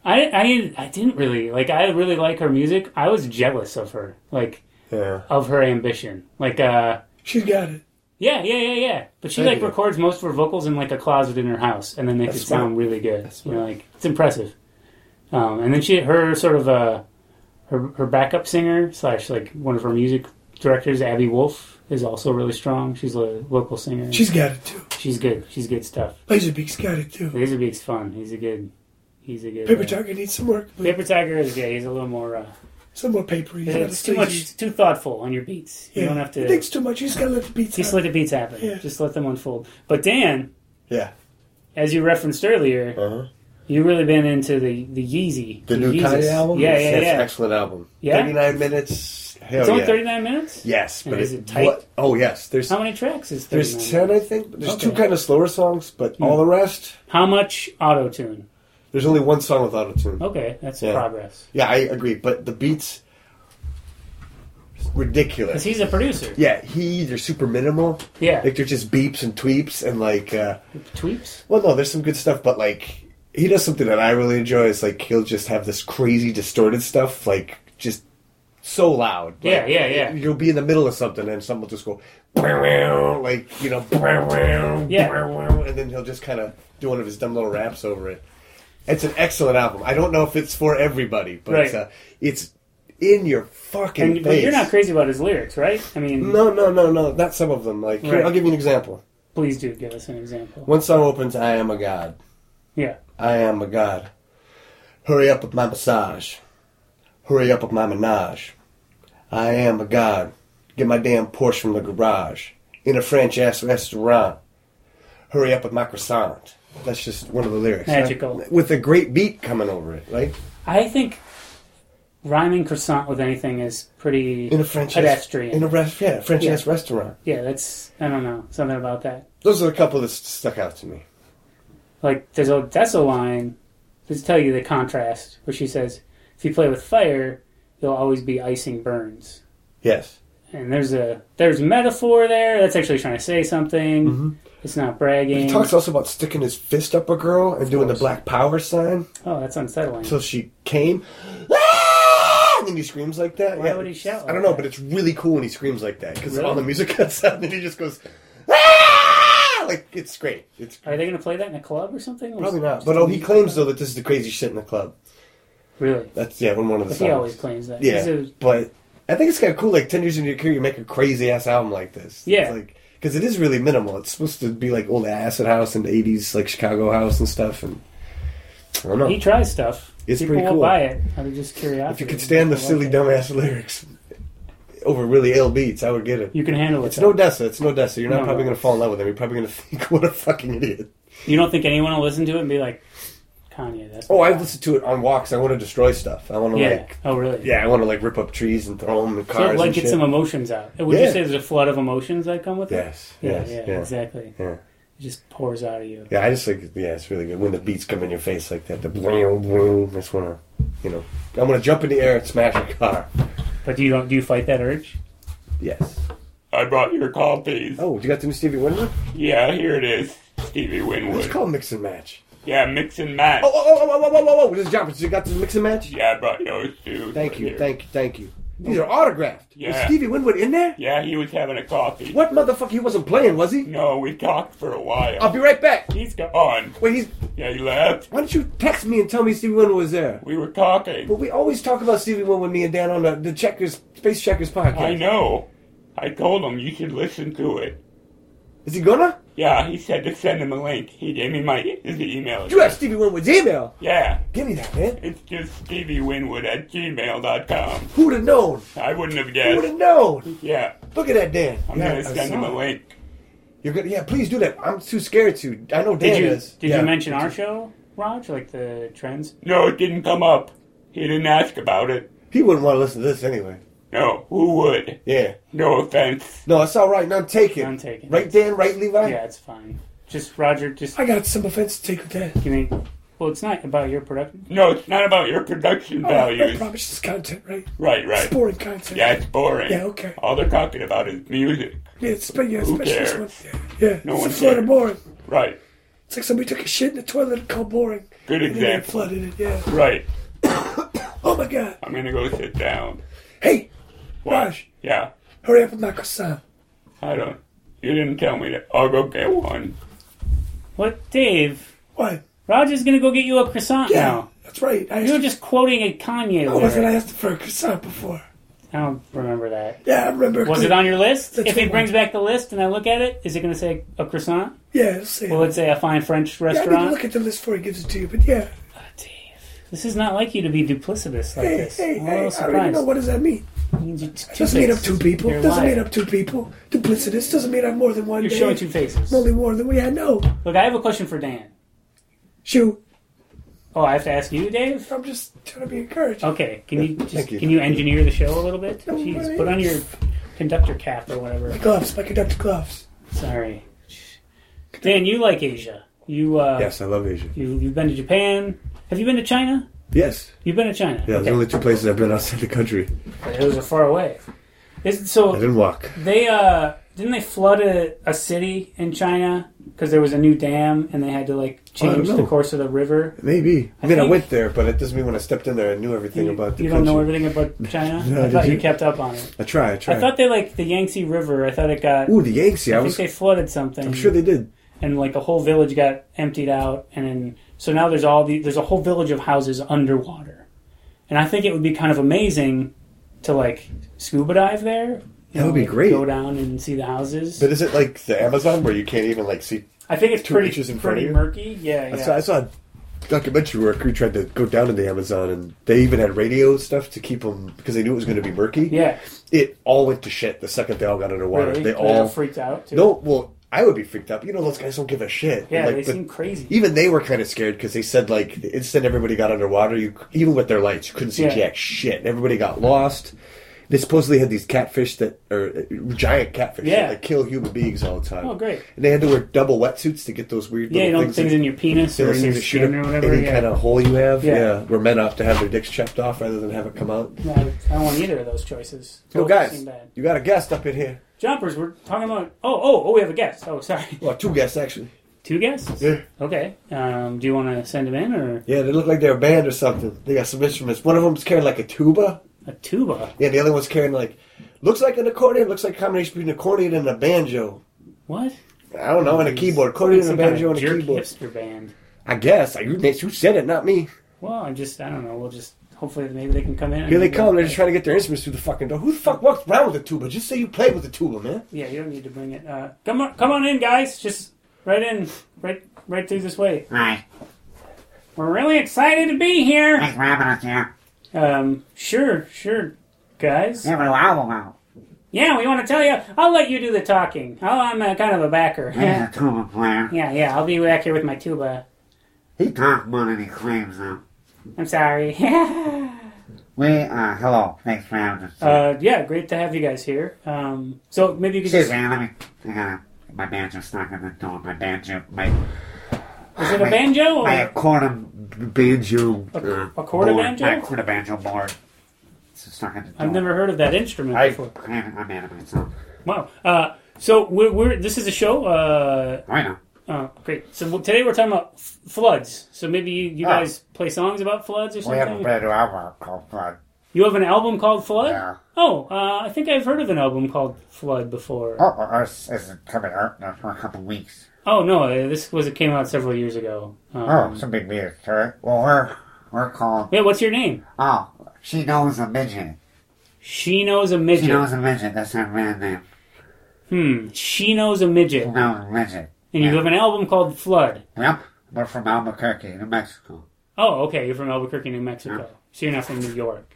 [SPEAKER 3] I, I I didn't really like. I really like her music. I was jealous of her, like
[SPEAKER 2] Yeah.
[SPEAKER 3] of her ambition. Like, uh,
[SPEAKER 4] She's got it.
[SPEAKER 3] yeah, yeah, yeah, yeah. But she
[SPEAKER 2] Thank
[SPEAKER 3] like
[SPEAKER 2] you.
[SPEAKER 3] records most of her vocals in like a closet in her house, and then makes
[SPEAKER 2] That's
[SPEAKER 3] it
[SPEAKER 2] smart.
[SPEAKER 3] sound really good.
[SPEAKER 2] That's
[SPEAKER 3] you know, like it's impressive. Um, and then she her sort of uh, her her backup singer slash like one of her music directors, Abby Wolf, is also really strong. She's a local singer.
[SPEAKER 4] She's got it too.
[SPEAKER 3] she's good. She's good stuff.
[SPEAKER 4] Laserbeak's got it too.
[SPEAKER 3] Laserbeak's fun. He's a good. He's a good.
[SPEAKER 4] Paper
[SPEAKER 3] uh,
[SPEAKER 4] Tiger needs some work. please.
[SPEAKER 3] Paper Tiger is yeah, he's a little more. Uh,
[SPEAKER 4] Some more paper. He's got
[SPEAKER 3] it's
[SPEAKER 4] his
[SPEAKER 3] too much,
[SPEAKER 4] lazy-
[SPEAKER 3] it's too thoughtful on your beats. You
[SPEAKER 4] Yeah.
[SPEAKER 3] don't have
[SPEAKER 4] He
[SPEAKER 3] to
[SPEAKER 4] thinks too much. He's got to let the beats
[SPEAKER 3] just
[SPEAKER 4] out.
[SPEAKER 3] let the beats happen.
[SPEAKER 4] Yeah.
[SPEAKER 3] Just let them unfold. But Dan,
[SPEAKER 2] Yeah.
[SPEAKER 3] as you referenced earlier,
[SPEAKER 2] Uh huh.
[SPEAKER 3] you've really been into the the Yeezy,
[SPEAKER 2] The new
[SPEAKER 3] Yeezus.
[SPEAKER 2] Kanye album.
[SPEAKER 3] Yeah,
[SPEAKER 2] Yes,
[SPEAKER 3] yeah,
[SPEAKER 2] that's
[SPEAKER 3] yeah.
[SPEAKER 2] an excellent album.
[SPEAKER 3] Yeah?
[SPEAKER 2] Thirty nine minutes. Hell
[SPEAKER 3] It's only
[SPEAKER 2] yeah.
[SPEAKER 3] thirty nine minutes.
[SPEAKER 2] Yes,
[SPEAKER 3] And
[SPEAKER 2] but
[SPEAKER 3] is
[SPEAKER 2] it-
[SPEAKER 3] it tight?
[SPEAKER 2] what- oh yes, there's
[SPEAKER 3] How many tracks is thirty
[SPEAKER 2] There's ten,
[SPEAKER 3] nine?
[SPEAKER 2] I think. There's two
[SPEAKER 3] Okay.
[SPEAKER 2] kind of slower songs, but all the rest,
[SPEAKER 3] How much auto tune?
[SPEAKER 2] there's only one song with auto tune.
[SPEAKER 3] Okay, that's
[SPEAKER 2] Yeah.
[SPEAKER 3] progress.
[SPEAKER 2] Yeah, I agree. But the beats,
[SPEAKER 3] Because
[SPEAKER 2] ridiculous.
[SPEAKER 3] he's a producer.
[SPEAKER 2] yeah, he they're super minimal.
[SPEAKER 3] Yeah.
[SPEAKER 2] Like they're just beeps and tweeps and like, uh,
[SPEAKER 3] Tweeps.
[SPEAKER 2] well, no, there's some good stuff, but like he does something that I really enjoy. Is like he'll just have this crazy distorted stuff, like just so loud. Like,
[SPEAKER 3] Yeah, yeah, yeah.
[SPEAKER 2] You'll be in the middle of something and someone will just go, like you know,
[SPEAKER 3] Yeah.
[SPEAKER 2] and then he'll just kind of do one of his dumb little raps over it. It's an excellent album. I don't know if it's for everybody, but
[SPEAKER 3] Right.
[SPEAKER 2] uh, it's in your fucking
[SPEAKER 3] And but
[SPEAKER 2] face.
[SPEAKER 3] you're not crazy about his lyrics, right? I mean,
[SPEAKER 2] no, no, no, no. Not some of them. Like, here,
[SPEAKER 3] Right.
[SPEAKER 2] I'll give you an example.
[SPEAKER 3] please do give us an example.
[SPEAKER 2] One song opens, "I am a god."
[SPEAKER 3] Yeah.
[SPEAKER 2] I am a god. Hurry up with my massage. Hurry up with my menage. I am a god. Get my damn Porsche from the garage. In a French ass restaurant. Hurry up with my croissant. That's just one of the lyrics.
[SPEAKER 3] Magical.
[SPEAKER 2] With a great beat coming over it, right?
[SPEAKER 3] I think rhyming croissant with anything is pretty
[SPEAKER 2] In a French
[SPEAKER 3] pedestrian.
[SPEAKER 2] In a rest, yeah, French ass
[SPEAKER 3] Yeah.
[SPEAKER 2] restaurant.
[SPEAKER 3] yeah, that's I don't know something about that.
[SPEAKER 2] Those are a couple that st- stuck out to me.
[SPEAKER 3] Like there's a that's a line. Just tell you the contrast where she says, "If you play with fire, you'll always be icing burns."
[SPEAKER 2] Yes.
[SPEAKER 3] And there's a there's metaphor there. That's actually trying to say something.
[SPEAKER 2] Mm-hmm.
[SPEAKER 3] It's not
[SPEAKER 2] He
[SPEAKER 3] bragging.
[SPEAKER 2] talks also about sticking his fist up a girl and doing the
[SPEAKER 3] course.
[SPEAKER 2] black power sign
[SPEAKER 3] oh, that's unsettling.
[SPEAKER 2] till she came. Ah! And then he screams like that.
[SPEAKER 3] Why
[SPEAKER 2] yeah.
[SPEAKER 3] would he shout
[SPEAKER 2] I don't
[SPEAKER 3] like
[SPEAKER 2] know,
[SPEAKER 3] that?
[SPEAKER 2] but it's really cool when he screams like that because
[SPEAKER 3] Really?
[SPEAKER 2] all the music cuts out and then he just goes. Ah! Like it's great. It's
[SPEAKER 3] Are they going to play that in a club or something?
[SPEAKER 2] probably not. But oh, he claims though that this is the crazy shit in the club.
[SPEAKER 3] really.
[SPEAKER 2] That's yeah, one one of the
[SPEAKER 3] But
[SPEAKER 2] songs.
[SPEAKER 3] he always claims that.
[SPEAKER 2] Yeah,
[SPEAKER 3] He's a-
[SPEAKER 2] but I think it's kind of cool. Like ten years into your career, you make a crazy ass album like this.
[SPEAKER 3] Yeah.
[SPEAKER 2] it's like because it is really minimal. It's supposed to be like old acid house and eighties like Chicago house and stuff. And I don't know
[SPEAKER 3] he tries stuff.
[SPEAKER 2] It's
[SPEAKER 3] People
[SPEAKER 2] pretty
[SPEAKER 3] won't
[SPEAKER 2] cool.
[SPEAKER 3] buy it. out of just curiosity.
[SPEAKER 2] if you could stand the
[SPEAKER 3] People
[SPEAKER 2] silly
[SPEAKER 3] like it.
[SPEAKER 2] dumbass lyrics over really ill beats, I would get it.
[SPEAKER 3] You can handle it.
[SPEAKER 2] It's
[SPEAKER 3] though.
[SPEAKER 2] no Dessa. It's no Dessa. You're not
[SPEAKER 3] No,
[SPEAKER 2] probably
[SPEAKER 3] no.
[SPEAKER 2] going to fall in love with him. You're probably going to think, "What a fucking idiot."
[SPEAKER 3] You don't think anyone will listen to it and be like, Kanye? That's
[SPEAKER 2] Oh, I listened to it on walks. I want to destroy stuff. I want to
[SPEAKER 3] yeah.
[SPEAKER 2] like,
[SPEAKER 3] oh, really?
[SPEAKER 2] yeah, I want to like rip up trees and throw them in
[SPEAKER 3] So
[SPEAKER 2] cars.
[SPEAKER 3] it, like
[SPEAKER 2] and
[SPEAKER 3] get
[SPEAKER 2] shit.
[SPEAKER 3] some emotions out. Would you
[SPEAKER 2] Yeah.
[SPEAKER 3] say there's a flood of emotions that come with
[SPEAKER 2] Yes,
[SPEAKER 3] it?
[SPEAKER 2] yes,
[SPEAKER 3] yeah, yeah,
[SPEAKER 2] yeah.
[SPEAKER 3] exactly.
[SPEAKER 2] Yeah.
[SPEAKER 3] It just pours out of you.
[SPEAKER 2] Yeah, I just like yeah, it's really good when the beats come in your face like that. The bloom, bloom. I just wanna, you know, I wanna jump in the air and smash a car.
[SPEAKER 3] But do you don't do you fight that urge?
[SPEAKER 2] Yes.
[SPEAKER 1] I brought your copies.
[SPEAKER 2] Oh, you got the new Stevie Wonder?
[SPEAKER 1] Yeah, here it is. Stevie Winwood.
[SPEAKER 2] It's called Mix and Match.
[SPEAKER 1] Yeah, mix and match.
[SPEAKER 2] Oh, oh, oh, oh, oh, oh, oh, oh! This is Joplin. You got the Mix and Match?
[SPEAKER 1] Yeah, I brought those too.
[SPEAKER 2] Thank you,
[SPEAKER 1] Here.
[SPEAKER 2] thank you, thank you. These are autographed. Was
[SPEAKER 1] Yeah.
[SPEAKER 2] Stevie Winwood in there?
[SPEAKER 1] Yeah, he was having a coffee.
[SPEAKER 2] What motherfucker? He wasn't playing, was he?
[SPEAKER 1] No, we talked for a while.
[SPEAKER 2] I'll be right back.
[SPEAKER 1] He's gone.
[SPEAKER 2] Wait, he's.
[SPEAKER 1] Yeah, he left.
[SPEAKER 2] Why don't you text me and tell me Stevie Wonder was there?
[SPEAKER 1] We were talking.
[SPEAKER 2] But we always talk about Stevie Wonder with me and Dan on the, the Checkers Space Checkers podcast.
[SPEAKER 1] I know. I told him you should listen to it.
[SPEAKER 2] Is he gonna?
[SPEAKER 1] Yeah, he said to send him a link. He gave me my his email.
[SPEAKER 2] You have Stevie Winwood's email.
[SPEAKER 1] Yeah,
[SPEAKER 2] Give me that, man.
[SPEAKER 1] it's just Stevie Winwood at gmail.com.
[SPEAKER 2] Who'd have known?
[SPEAKER 1] I wouldn't have
[SPEAKER 2] Who would have
[SPEAKER 1] guessed.
[SPEAKER 2] known?
[SPEAKER 1] Yeah,
[SPEAKER 2] Look at that, Dan.
[SPEAKER 1] I'm
[SPEAKER 2] Yeah,
[SPEAKER 1] gonna
[SPEAKER 2] I
[SPEAKER 1] send
[SPEAKER 2] saw
[SPEAKER 1] him a
[SPEAKER 2] it.
[SPEAKER 1] link.
[SPEAKER 2] You're gonna, yeah, please do that. I'm too scared to. I know Dan
[SPEAKER 3] Did you
[SPEAKER 2] is.
[SPEAKER 3] did
[SPEAKER 2] Yeah.
[SPEAKER 3] you mention our show, Raj? Like the trends?
[SPEAKER 1] No, it didn't come up. He didn't ask about it.
[SPEAKER 2] He wouldn't want to listen to this anyway.
[SPEAKER 1] No, who would?
[SPEAKER 2] Yeah.
[SPEAKER 1] No offense.
[SPEAKER 2] No, it's all right. None taken.
[SPEAKER 3] None taken.
[SPEAKER 2] Right, Dan. Right, Levi.
[SPEAKER 3] Yeah, it's fine. Just Roger, just
[SPEAKER 4] I got some offense to take with that.
[SPEAKER 3] give me. Well, it's not about your production.
[SPEAKER 1] No, it's not about your production
[SPEAKER 4] That
[SPEAKER 1] values.
[SPEAKER 4] promises content, right?
[SPEAKER 1] Right, Oh, right.
[SPEAKER 4] Oh, It's boring content.
[SPEAKER 1] Yeah, it's boring.
[SPEAKER 4] Yeah, okay.
[SPEAKER 1] All they're talking about is music.
[SPEAKER 4] Yeah, it's, but yeah,
[SPEAKER 1] Who
[SPEAKER 4] especially this one.
[SPEAKER 1] cares?
[SPEAKER 4] Yeah, yeah.
[SPEAKER 1] No
[SPEAKER 4] it's
[SPEAKER 1] one
[SPEAKER 4] a flood
[SPEAKER 1] cares.
[SPEAKER 4] of boring.
[SPEAKER 1] Right.
[SPEAKER 4] It's like somebody took a shit in the toilet and called boring.
[SPEAKER 1] Good
[SPEAKER 4] And then they
[SPEAKER 1] example.
[SPEAKER 4] flooded it, yeah.
[SPEAKER 1] Right.
[SPEAKER 4] Oh my god.
[SPEAKER 1] I'm gonna go sit down.
[SPEAKER 4] Hey,
[SPEAKER 1] What?
[SPEAKER 4] Raj.
[SPEAKER 1] Yeah.
[SPEAKER 4] hurry up and knock us down.
[SPEAKER 1] I don't. You didn't tell me that. I'll go get one.
[SPEAKER 3] What, Dave?
[SPEAKER 4] What?
[SPEAKER 3] Roger's gonna go get you a croissant
[SPEAKER 4] Yeah, Oh,
[SPEAKER 3] now.
[SPEAKER 4] that's right. I
[SPEAKER 3] You were
[SPEAKER 4] asked,
[SPEAKER 3] just quoting a Kanye
[SPEAKER 4] I wasn't
[SPEAKER 3] lyric.
[SPEAKER 4] asked for a croissant before.
[SPEAKER 3] I don't remember that.
[SPEAKER 4] Yeah, I remember.
[SPEAKER 3] Was it on your list?
[SPEAKER 4] That's
[SPEAKER 3] if he
[SPEAKER 4] what-
[SPEAKER 3] brings back the list and I look at it, is it going to say a croissant?
[SPEAKER 4] Yeah, let's see.
[SPEAKER 3] Will it say a fine French
[SPEAKER 4] yeah, I need to
[SPEAKER 3] restaurant?
[SPEAKER 4] look at the list before he gives it to you. But yeah,
[SPEAKER 3] This is not like you to be duplicitous like
[SPEAKER 4] hey,
[SPEAKER 3] this.
[SPEAKER 4] hey,
[SPEAKER 3] I'm a little
[SPEAKER 4] hey, I don't even
[SPEAKER 3] surprised.
[SPEAKER 4] know what does that mean.
[SPEAKER 3] It means you're two
[SPEAKER 4] Doesn't mean I'm
[SPEAKER 3] faces.
[SPEAKER 4] two people.
[SPEAKER 3] You're a
[SPEAKER 4] doesn't
[SPEAKER 3] liar.
[SPEAKER 4] mean I'm two people. Duplicitous doesn't mean I'm more than one.
[SPEAKER 3] You're
[SPEAKER 4] man.
[SPEAKER 3] showing two faces.
[SPEAKER 4] I'm only more than we had. No,
[SPEAKER 3] Look, I have a question for Dan.
[SPEAKER 4] shoot.
[SPEAKER 3] Oh, I have to ask you, Dave.
[SPEAKER 4] I'm just trying to be encouraged.
[SPEAKER 3] Okay, can you just
[SPEAKER 2] thank you.
[SPEAKER 3] can you engineer the show a little bit?
[SPEAKER 4] No
[SPEAKER 3] Jeez,
[SPEAKER 4] worries.
[SPEAKER 3] put on your conductor cap or whatever.
[SPEAKER 4] Gloves, my conductor gloves.
[SPEAKER 3] Sorry, Dan. You like Asia? You uh,
[SPEAKER 2] Yes, I love Asia.
[SPEAKER 3] You you've been to Japan? Have you been to China?
[SPEAKER 2] Yes.
[SPEAKER 3] You've been to China?
[SPEAKER 2] Yeah, there's
[SPEAKER 3] Okay.
[SPEAKER 2] only two places I've been outside the country.
[SPEAKER 3] Those are far away. Is, so
[SPEAKER 2] I didn't walk.
[SPEAKER 3] They uh didn't they flood a, a city in China because there was a new dam and they had to like
[SPEAKER 2] Oh, I don't
[SPEAKER 3] change the
[SPEAKER 2] know.
[SPEAKER 3] course of the river.
[SPEAKER 2] Maybe. I mean, I
[SPEAKER 3] think-
[SPEAKER 2] went there, but it doesn't mean when I stepped in there, I knew everything
[SPEAKER 3] You,
[SPEAKER 2] about the
[SPEAKER 3] you don't
[SPEAKER 2] country.
[SPEAKER 3] know everything about China.
[SPEAKER 2] No,
[SPEAKER 3] I
[SPEAKER 2] did
[SPEAKER 3] thought you?
[SPEAKER 2] you?
[SPEAKER 3] kept up on it.
[SPEAKER 2] I try. I try.
[SPEAKER 3] I thought they like the Yangtze River. I thought it got.
[SPEAKER 2] Ooh, the Yangtze. Mm, I,
[SPEAKER 3] I think
[SPEAKER 2] was.
[SPEAKER 3] they flooded something.
[SPEAKER 2] I'm sure they did.
[SPEAKER 3] and like a whole village got emptied out, and then so now there's all the there's a whole village of houses underwater, and I think it would be kind of amazing to like scuba dive there. you
[SPEAKER 2] That would be
[SPEAKER 3] like,
[SPEAKER 2] great.
[SPEAKER 3] Go down and see the houses.
[SPEAKER 2] But is it like the Amazon where you can't even like see?
[SPEAKER 3] I think it's
[SPEAKER 2] two
[SPEAKER 3] pretty
[SPEAKER 2] inches in front
[SPEAKER 3] pretty
[SPEAKER 2] of you?
[SPEAKER 3] murky. Yeah, yeah.
[SPEAKER 2] I, saw, I saw a documentary where a crew tried to go down to the Amazon, and they even had radio stuff to keep them because they knew it was going to be murky.
[SPEAKER 3] Yeah,
[SPEAKER 2] It all went to shit the second they all got underwater.
[SPEAKER 3] really?
[SPEAKER 2] They
[SPEAKER 3] Were they
[SPEAKER 2] all
[SPEAKER 3] freaked out. Too?
[SPEAKER 2] no. Well, I would be freaked out. But you know, those guys don't give a shit.
[SPEAKER 3] Yeah,
[SPEAKER 2] Like,
[SPEAKER 3] they
[SPEAKER 2] but
[SPEAKER 3] seem crazy.
[SPEAKER 2] even they were kind of scared because they said like the instant everybody got underwater, you even with their lights, you couldn't see
[SPEAKER 3] Yeah.
[SPEAKER 2] jack shit. Everybody got lost. They supposedly had these catfish that or uh, giant catfish
[SPEAKER 3] Yeah.
[SPEAKER 2] that kill human beings all the time.
[SPEAKER 3] Oh, great.
[SPEAKER 2] And they had to wear double wetsuits to get those weird
[SPEAKER 3] Yeah, you
[SPEAKER 2] little
[SPEAKER 3] know,
[SPEAKER 2] things,
[SPEAKER 3] things, in your penis
[SPEAKER 2] so
[SPEAKER 3] or
[SPEAKER 2] those
[SPEAKER 3] in your
[SPEAKER 2] things that shoot
[SPEAKER 3] skin or
[SPEAKER 2] up
[SPEAKER 3] whatever.
[SPEAKER 2] any
[SPEAKER 3] Yeah.
[SPEAKER 2] kind of hole you have.
[SPEAKER 3] Yeah.
[SPEAKER 2] Yeah. where men opt to have their dicks chopped off rather than have it come out.
[SPEAKER 3] No, I don't want either of those choices.
[SPEAKER 2] Yo,
[SPEAKER 3] Both
[SPEAKER 2] guys,
[SPEAKER 3] seem bad.
[SPEAKER 2] you got a guest up in here.
[SPEAKER 3] Jumpers, we're talking about. Oh, oh, oh, we have a guest. Oh, sorry.
[SPEAKER 2] Well, two guests actually.
[SPEAKER 3] Two guests?
[SPEAKER 2] Yeah.
[SPEAKER 3] Okay. Um, do you want to send them in or
[SPEAKER 2] Yeah, they look like they're a band or something. They got some instruments. One of them's carrying like a tuba.
[SPEAKER 3] a tuba?
[SPEAKER 2] Yeah, the other one's carrying like looks like an accordion, looks like a combination between an accordion and a banjo.
[SPEAKER 3] What?
[SPEAKER 2] I don't know, and a keyboard. Accordion and a
[SPEAKER 3] Some kind
[SPEAKER 2] banjo
[SPEAKER 3] of
[SPEAKER 2] and a
[SPEAKER 3] jerk
[SPEAKER 2] keyboard.
[SPEAKER 3] hipster band.
[SPEAKER 2] I guess. I, you, you said it, not me.
[SPEAKER 3] Well, I'm just, I don't know. We'll just, hopefully, maybe they can come in.
[SPEAKER 2] Here they come, they're just trying to get their instruments through the fucking door. Who the fuck walks around with a tuba? Just say you play with a tuba, man.
[SPEAKER 3] Yeah, you don't need to bring it. Uh, come on, come on in, guys. Just right in, right, right through this way.
[SPEAKER 8] Hi,
[SPEAKER 3] We're really excited to be here.
[SPEAKER 8] it's Robert here.
[SPEAKER 3] Um, sure, sure, guys.
[SPEAKER 8] Give a wow wow.
[SPEAKER 3] Yeah, we want to tell you. I'll let you do the talking. I'll, I'm uh, kind of a backer.
[SPEAKER 8] He's a
[SPEAKER 3] yeah,
[SPEAKER 8] tuba player.
[SPEAKER 3] yeah. I'll be back here with my tuba.
[SPEAKER 8] He talks more than he claims though.
[SPEAKER 3] I'm sorry.
[SPEAKER 8] We, uh, hello. Thanks for having us.
[SPEAKER 3] uh, yeah, great to have you guys here. Um, so maybe you could
[SPEAKER 8] Excuse
[SPEAKER 3] just.
[SPEAKER 8] me, let me, I gotta, my banjo stuck in the door. My banjo, my,
[SPEAKER 3] Is it a banjo? Or
[SPEAKER 8] my accordion banjo.
[SPEAKER 3] Oh. A-
[SPEAKER 8] uh,
[SPEAKER 3] accordion
[SPEAKER 8] board.
[SPEAKER 3] banjo?
[SPEAKER 8] My accordion banjo board. It's stuck in the door.
[SPEAKER 3] I've never heard of that instrument
[SPEAKER 2] I-
[SPEAKER 3] before.
[SPEAKER 8] I'm, I'm mad at myself.
[SPEAKER 3] Wow. Uh, so we're, we're this is a show. Uh,
[SPEAKER 8] I know.
[SPEAKER 3] oh, great. So w- today we're talking about f- floods. So maybe you, you
[SPEAKER 8] Ah.
[SPEAKER 3] guys play songs about floods or
[SPEAKER 8] We have a
[SPEAKER 3] something.
[SPEAKER 8] better album called uh, Flood.
[SPEAKER 3] you have an album called Flood.
[SPEAKER 8] Yeah.
[SPEAKER 3] Oh, uh, I think I've heard of an album called Flood before.
[SPEAKER 8] Oh, well, ours isn't coming out now for a couple weeks.
[SPEAKER 3] Oh no, uh, this was it came out several years ago. Um,
[SPEAKER 8] Oh, some big news, right? Well, we're, we're called
[SPEAKER 3] yeah. What's your name?
[SPEAKER 8] Oh, she knows a midget.
[SPEAKER 3] She knows a
[SPEAKER 8] She
[SPEAKER 3] midget.
[SPEAKER 8] knows a midget. That's her brand name.
[SPEAKER 3] hmm. She knows a midget.
[SPEAKER 8] She knows a midget.
[SPEAKER 3] And you have an album called Flood.
[SPEAKER 8] Yep. We're from Albuquerque, New Mexico.
[SPEAKER 3] Oh, okay. You're from Albuquerque, New Mexico. So you're not from New York.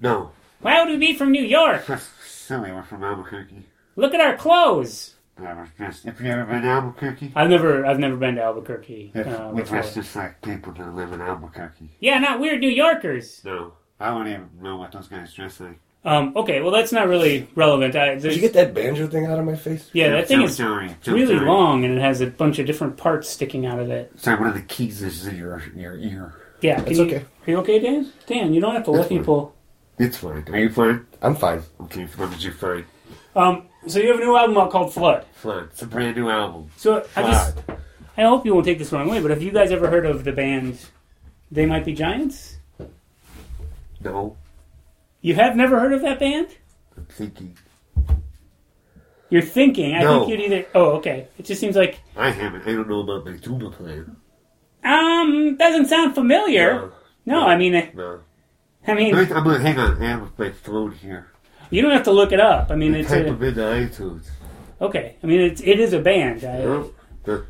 [SPEAKER 8] No,
[SPEAKER 3] Why would we be from New York?
[SPEAKER 8] that's silly. We're from Albuquerque.
[SPEAKER 3] Look at our clothes.
[SPEAKER 8] I was dressed. If you ever been to Albuquerque,
[SPEAKER 3] I've never, I've never been to Albuquerque.
[SPEAKER 8] yeah,
[SPEAKER 3] uh,
[SPEAKER 8] we
[SPEAKER 3] before.
[SPEAKER 8] dress just like people that live in Albuquerque.
[SPEAKER 3] Yeah, not weird New Yorkers.
[SPEAKER 8] No, I don't even know what those guys dress like.
[SPEAKER 3] Um, okay, well that's not really relevant. I,
[SPEAKER 2] Did
[SPEAKER 3] there's-
[SPEAKER 2] you get that banjo thing out of my face?
[SPEAKER 3] yeah, that thing
[SPEAKER 8] Jump
[SPEAKER 3] is
[SPEAKER 8] Dory, Jump
[SPEAKER 3] really
[SPEAKER 8] Dory.
[SPEAKER 3] long and it has a bunch of different parts sticking out of it.
[SPEAKER 8] Sorry, one of the keys is in your your ear.
[SPEAKER 3] Yeah,
[SPEAKER 2] It's
[SPEAKER 3] you,
[SPEAKER 2] okay.
[SPEAKER 3] Are you okay, Dan? Dan, you don't have to let
[SPEAKER 8] fine.
[SPEAKER 3] people.
[SPEAKER 8] It's fine. Are you fine?
[SPEAKER 2] I'm fine.
[SPEAKER 8] Okay, what did you find?
[SPEAKER 3] Um, so you have a new album out called Flood.
[SPEAKER 8] Flood. It's a brand new album.
[SPEAKER 3] So I
[SPEAKER 8] Flood.
[SPEAKER 3] just, I hope you won't take this the wrong way, but have you guys ever heard of the band? They might be giants.
[SPEAKER 8] No,
[SPEAKER 3] You have never heard of that band?
[SPEAKER 8] I'm thinking.
[SPEAKER 3] You're thinking. I
[SPEAKER 8] No.
[SPEAKER 3] think you'd either. Oh, okay. It just seems like
[SPEAKER 8] I haven't. I don't know about my tuba player.
[SPEAKER 3] um doesn't sound familiar.
[SPEAKER 8] No,
[SPEAKER 3] No, I mean, I,
[SPEAKER 8] no.
[SPEAKER 3] I
[SPEAKER 8] Let me-
[SPEAKER 3] mean,
[SPEAKER 8] I'm gonna hang on. I have my phone here.
[SPEAKER 3] you don't have to look it up. I mean, it's
[SPEAKER 8] Type
[SPEAKER 3] a,
[SPEAKER 8] them into iTunes.
[SPEAKER 3] okay. I mean, it's it is a band. I,
[SPEAKER 8] No, not,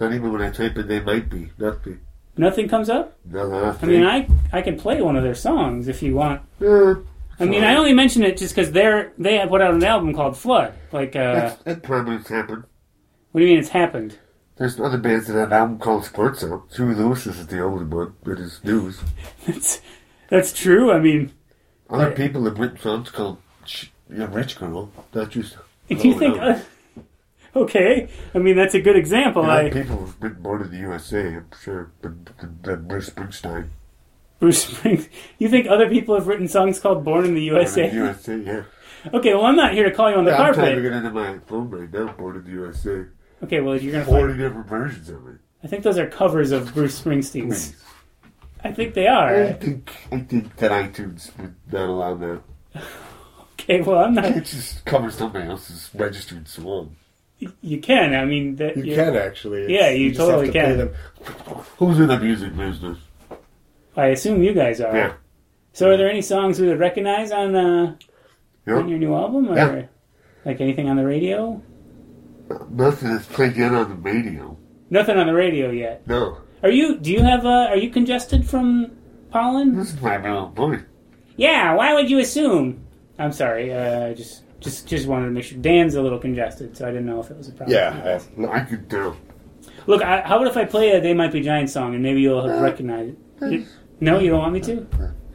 [SPEAKER 8] not even when I type in, they might be nothing.
[SPEAKER 3] nothing comes up.
[SPEAKER 8] No,
[SPEAKER 3] I
[SPEAKER 8] nothing.
[SPEAKER 3] mean, I I can play one of their songs if you want.
[SPEAKER 8] Yeah,
[SPEAKER 3] I mean, I only mention it just because they're they have put out an album called Flood. Like, uh,
[SPEAKER 8] that's, that probably has happened.
[SPEAKER 3] what do you mean it's happened?
[SPEAKER 8] There's other bands that have an album called Sports Out. Huey Lewis is the only one that is news.
[SPEAKER 3] That's that's true. I mean,
[SPEAKER 8] Other people have written songs called Ch- you know, Rich Girl. Not just.
[SPEAKER 3] do you think? Uh, okay, I mean that's a good example.
[SPEAKER 8] Other
[SPEAKER 3] I
[SPEAKER 8] people have been born in the USA, I'm sure, than, than, than Bruce Springsteen.
[SPEAKER 3] Bruce Springs. You think other people have written songs called "Born in the
[SPEAKER 8] Born in the
[SPEAKER 3] USA"?
[SPEAKER 8] USA, yeah.
[SPEAKER 3] Okay, well I'm not here to call you on the
[SPEAKER 8] Yeah, I'm trying
[SPEAKER 3] carpet.
[SPEAKER 8] to get into my phone right now, Born in the USA.
[SPEAKER 3] Okay, well you're gonna
[SPEAKER 8] Forty
[SPEAKER 3] find.
[SPEAKER 8] different versions of it.
[SPEAKER 3] I think those are covers of Bruce Springsteen's. I think they are.
[SPEAKER 8] I think I think that iTunes would not allow that.
[SPEAKER 3] Okay, well I'm
[SPEAKER 8] It
[SPEAKER 3] not.
[SPEAKER 8] just covers somebody else's registered song.
[SPEAKER 3] You can. I mean that.
[SPEAKER 2] You
[SPEAKER 3] you're-
[SPEAKER 2] can actually. It's-
[SPEAKER 3] Yeah, you
[SPEAKER 2] just have
[SPEAKER 3] totally
[SPEAKER 2] to play
[SPEAKER 3] can.
[SPEAKER 2] them.
[SPEAKER 8] Who's in the music business?
[SPEAKER 3] I assume you guys are.
[SPEAKER 8] Yeah.
[SPEAKER 3] So are there any songs we would recognize on uh, on
[SPEAKER 8] Yeah.
[SPEAKER 3] your new album or
[SPEAKER 8] Yeah.
[SPEAKER 3] like anything on the radio?
[SPEAKER 8] Nothing is played yet on the radio.
[SPEAKER 3] Nothing on the radio yet.
[SPEAKER 8] No.
[SPEAKER 3] Are you? Do you have? Uh, are you congested from pollen?
[SPEAKER 8] This is my real voice.
[SPEAKER 3] Yeah. Why would you assume? I'm sorry. Uh, I just Just just wanted to make sure. Dan's a little congested, so I didn't know if it was a problem.
[SPEAKER 2] Yeah, I, no,
[SPEAKER 8] I could do.
[SPEAKER 3] Look, I, how about if I play a "They Might Be Giants" song and maybe you'll
[SPEAKER 8] Uh,
[SPEAKER 3] recognize it? You- no, you don't want me to.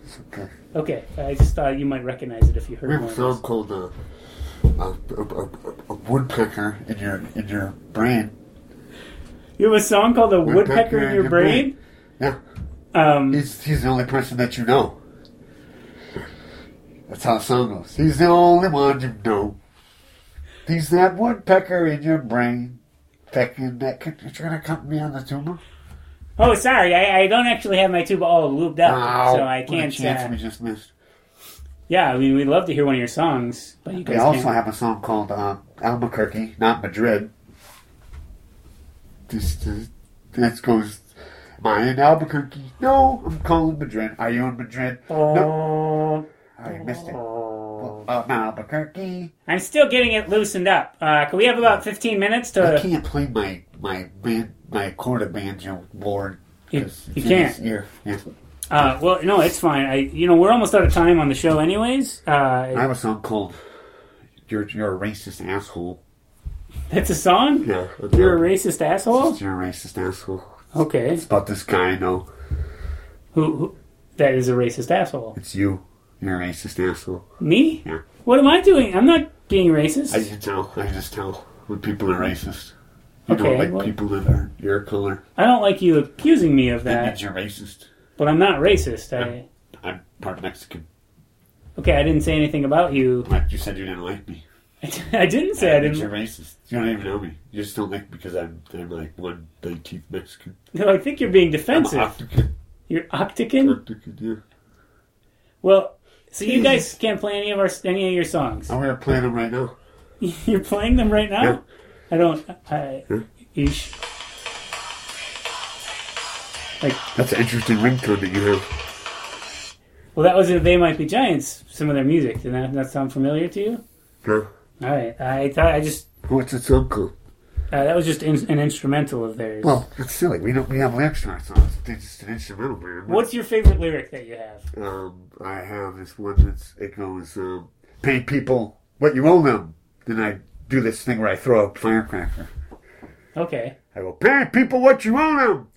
[SPEAKER 8] It's okay.
[SPEAKER 3] Okay, I just thought you might recognize it if you heard
[SPEAKER 8] We have
[SPEAKER 3] one.
[SPEAKER 8] a
[SPEAKER 3] of
[SPEAKER 8] song
[SPEAKER 3] those.
[SPEAKER 8] called uh, a, a, a, a woodpecker in your in your brain.
[SPEAKER 3] You have a song called "The Woodpecker in Your Brain."
[SPEAKER 8] Yeah,
[SPEAKER 3] Um,
[SPEAKER 8] he's he's the only person that you know. That's how the song goes. He's the only one you know. He's that woodpecker in your brain, pecking that. You're trying to cut me on the tumor.
[SPEAKER 3] oh, sorry, I, I don't actually have my tuba all looped up, so I
[SPEAKER 8] what a
[SPEAKER 3] can't.
[SPEAKER 8] chance
[SPEAKER 3] Uh,
[SPEAKER 8] we just missed.
[SPEAKER 3] yeah, I mean, we'd love to hear one of your songs, but you
[SPEAKER 8] They
[SPEAKER 3] guys
[SPEAKER 8] also
[SPEAKER 3] can't.
[SPEAKER 8] have a song called uh, Albuquerque, not Madrid. This, this, this goes, Am I in Albuquerque? No, I'm calling Madrid. Are you in Madrid? No.
[SPEAKER 3] Oh.
[SPEAKER 8] I missed it. Well, I'm Albuquerque.
[SPEAKER 3] I'm still getting it loosened up. Uh, can we have about 15 minutes
[SPEAKER 8] I
[SPEAKER 3] to?
[SPEAKER 8] can't play my my band, my quarter banjo board.
[SPEAKER 3] You-
[SPEAKER 8] 'cause
[SPEAKER 3] you
[SPEAKER 8] it's in
[SPEAKER 3] can't.
[SPEAKER 8] this ear. Yeah.
[SPEAKER 3] Uh, well, no, it's fine. I, you know, we're almost out of time on the show, anyways.
[SPEAKER 8] I
[SPEAKER 3] Uh,
[SPEAKER 8] have a song called You're, You're a Racist Asshole.
[SPEAKER 3] that's a song.
[SPEAKER 8] Yeah.
[SPEAKER 3] You're a racist asshole.
[SPEAKER 8] You're a Racist Asshole.
[SPEAKER 3] Okay,
[SPEAKER 8] It's about this guy I know.
[SPEAKER 3] who, who? That is a racist asshole.
[SPEAKER 8] It's you. You're a racist asshole.
[SPEAKER 3] Me?
[SPEAKER 8] Yeah.
[SPEAKER 3] What am I doing? I'm not being racist.
[SPEAKER 8] I can tell. I just tell when people are racist. You
[SPEAKER 3] Okay,
[SPEAKER 8] don't like
[SPEAKER 3] well-
[SPEAKER 8] people that are your color.
[SPEAKER 3] I don't like you accusing me of
[SPEAKER 8] That
[SPEAKER 3] that,
[SPEAKER 8] means you're racist.
[SPEAKER 3] but I'm not racist. I
[SPEAKER 8] I'm part Mexican.
[SPEAKER 3] okay, I didn't say anything about you.
[SPEAKER 8] Like you said, you didn't like me.
[SPEAKER 3] I didn't say I
[SPEAKER 8] That means
[SPEAKER 3] didn't.
[SPEAKER 8] You're racist. You don't even know me. You just don't like me because I'm, I'm like one big teeth Mexican.
[SPEAKER 3] No, I think you're being
[SPEAKER 8] I'm
[SPEAKER 3] defensive.
[SPEAKER 8] African.
[SPEAKER 3] You're Octagon.
[SPEAKER 8] African, yeah.
[SPEAKER 3] Well, so you guys can't play any of our any of your songs.
[SPEAKER 8] I'm gonna play them right now.
[SPEAKER 3] You're playing them right now.
[SPEAKER 8] Yeah.
[SPEAKER 3] I don't. I. You sh-
[SPEAKER 8] That's an interesting ringtone that you have.
[SPEAKER 3] well, that was a They Might Be Giants. Some of their music. Did that, that sound familiar to you?
[SPEAKER 8] No.
[SPEAKER 3] All right. I thought I just
[SPEAKER 8] What's it song called?
[SPEAKER 3] uh, that was just in, an instrumental of theirs.
[SPEAKER 8] Well, it's silly. We don't. We have lyrics to our songs. They're just an instrumental band.
[SPEAKER 3] What's your favorite lyric that you have?
[SPEAKER 8] Um, I have this one that's it goes, um, pay people what you owe them. Then I do this thing where I throw a firecracker.
[SPEAKER 3] Okay.
[SPEAKER 8] I go, pay people what you owe them.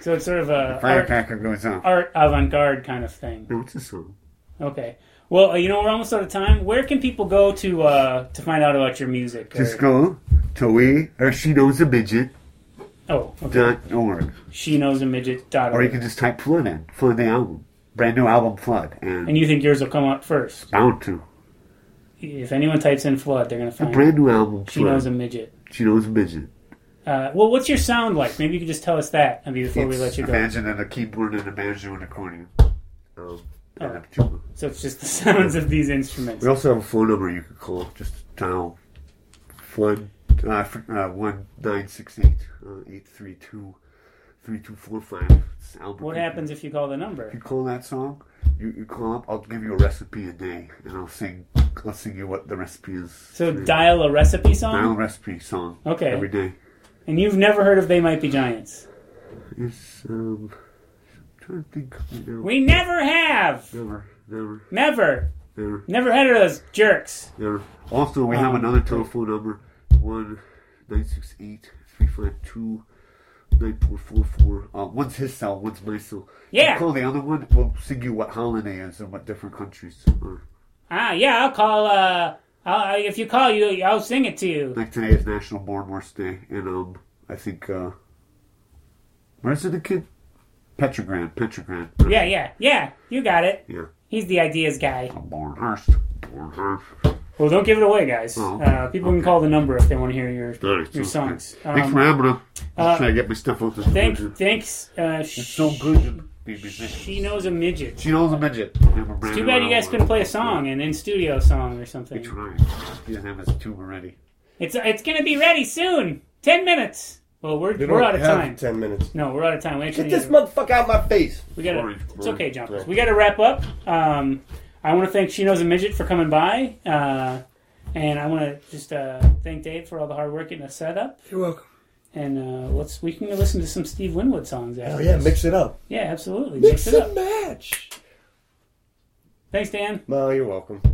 [SPEAKER 3] So it's sort of a art,
[SPEAKER 8] Firecracker goes off.
[SPEAKER 3] art avant-garde kind of thing.
[SPEAKER 8] No, it's a song.
[SPEAKER 3] Okay. Well, uh, you know we're almost out of time. Where can people go to uh, to find out about your music? or-
[SPEAKER 8] Just go to we or she knows a midget
[SPEAKER 3] Oh, okay.
[SPEAKER 8] dot org,
[SPEAKER 3] She knows a midget dot
[SPEAKER 8] or you
[SPEAKER 3] org.
[SPEAKER 8] can just type Flood in Flood the album, brand new album Flood, and,
[SPEAKER 3] And you think yours will come up first?
[SPEAKER 8] bound to
[SPEAKER 3] If anyone types in flood, they're gonna find.
[SPEAKER 8] brand new album.
[SPEAKER 3] She
[SPEAKER 8] Flood.
[SPEAKER 3] knows a midget.
[SPEAKER 8] she knows a midget.
[SPEAKER 3] Uh, well, what's your sound like? Maybe you could just tell us that I mean, before we
[SPEAKER 8] It's
[SPEAKER 3] let you go.
[SPEAKER 8] Imagine and a keyboard and a banjo and a accordion. Um, and
[SPEAKER 3] Oh.
[SPEAKER 8] a tuba.
[SPEAKER 3] So it's just the sounds of these instruments.
[SPEAKER 8] We also have a phone number you can call. Just dial one uh, fr- uh, one nine six eight uh, eight three two three two four five. It's Albert
[SPEAKER 3] What
[SPEAKER 8] Cooper.
[SPEAKER 3] happens if you call the
[SPEAKER 8] you
[SPEAKER 3] number?
[SPEAKER 8] call that song? You, you call up. I'll give you a recipe a day, and I'll sing. I'll sing you what the recipe is.
[SPEAKER 3] So dial a recipe
[SPEAKER 8] dial a
[SPEAKER 3] song.
[SPEAKER 8] recipe song.
[SPEAKER 3] Okay.
[SPEAKER 8] Every day.
[SPEAKER 3] And you've never heard of They Might Be Giants?
[SPEAKER 8] It's um. I'm trying to think. You know,
[SPEAKER 3] We never have.
[SPEAKER 8] Never, never,
[SPEAKER 3] Never.
[SPEAKER 8] never,
[SPEAKER 3] Never heard of those jerks.
[SPEAKER 8] never. Also, we have
[SPEAKER 3] Um,
[SPEAKER 8] another telephone number: one nine six eight three five two. 9444. Uh, one's his cell, one's my cell.
[SPEAKER 3] Yeah.
[SPEAKER 8] Call the other one, we'll sing you what holiday is and what different countries are.
[SPEAKER 3] Ah, yeah. I'll call. Uh, I'll, if you call, you I'll sing it to you.
[SPEAKER 8] Like today is National Bournemouth Day, and um, I think, uh, where's it again? Petrograd, Petrograd.
[SPEAKER 3] Yeah, yeah, yeah. You got it.
[SPEAKER 8] Yeah.
[SPEAKER 3] He's the ideas guy.
[SPEAKER 8] Bornhurst. Bornhurst.
[SPEAKER 3] Well, don't give it away, guys.
[SPEAKER 8] Oh, okay.
[SPEAKER 3] Uh, people can call the number if they want to hear your
[SPEAKER 8] Nice.
[SPEAKER 3] your songs.
[SPEAKER 8] Thanks for
[SPEAKER 3] Um,
[SPEAKER 8] having us.
[SPEAKER 3] uh,
[SPEAKER 8] Just trying to get my stuff out this
[SPEAKER 3] thank,
[SPEAKER 8] budget.
[SPEAKER 3] thanks. Uh,
[SPEAKER 8] It's so good to be a musician.
[SPEAKER 3] She knows a midget.
[SPEAKER 8] She knows a midget. It's
[SPEAKER 3] Too bad you guys couldn't play a song, an in studio song or something.
[SPEAKER 8] Right. He doesn't have his tube already.
[SPEAKER 3] It's it's gonna be ready soon. Ten minutes. Well, we're
[SPEAKER 2] they
[SPEAKER 3] we're
[SPEAKER 2] don't
[SPEAKER 3] out of
[SPEAKER 2] have
[SPEAKER 3] time.
[SPEAKER 2] Ten minutes.
[SPEAKER 3] No, we're out of time. We actually
[SPEAKER 2] Get this
[SPEAKER 3] need-
[SPEAKER 2] motherfucker out of my face.
[SPEAKER 3] we got to.
[SPEAKER 8] Sorry,
[SPEAKER 3] It's
[SPEAKER 8] sorry.
[SPEAKER 3] okay, John.
[SPEAKER 2] Yeah.
[SPEAKER 3] We got to wrap up. Um, I want to thank She Knows a Midget for coming by, uh, and I want to just uh, thank Dave for all the hard work getting us set up.
[SPEAKER 4] You're welcome.
[SPEAKER 3] And uh, let's we can listen to some Steve Winwood songs. After
[SPEAKER 2] Oh yeah,
[SPEAKER 3] this.
[SPEAKER 2] mix it up.
[SPEAKER 3] Yeah, absolutely.
[SPEAKER 2] Mix
[SPEAKER 3] Mix it
[SPEAKER 2] and
[SPEAKER 3] up.
[SPEAKER 2] match.
[SPEAKER 3] Thanks, Dan.
[SPEAKER 2] No, you're welcome.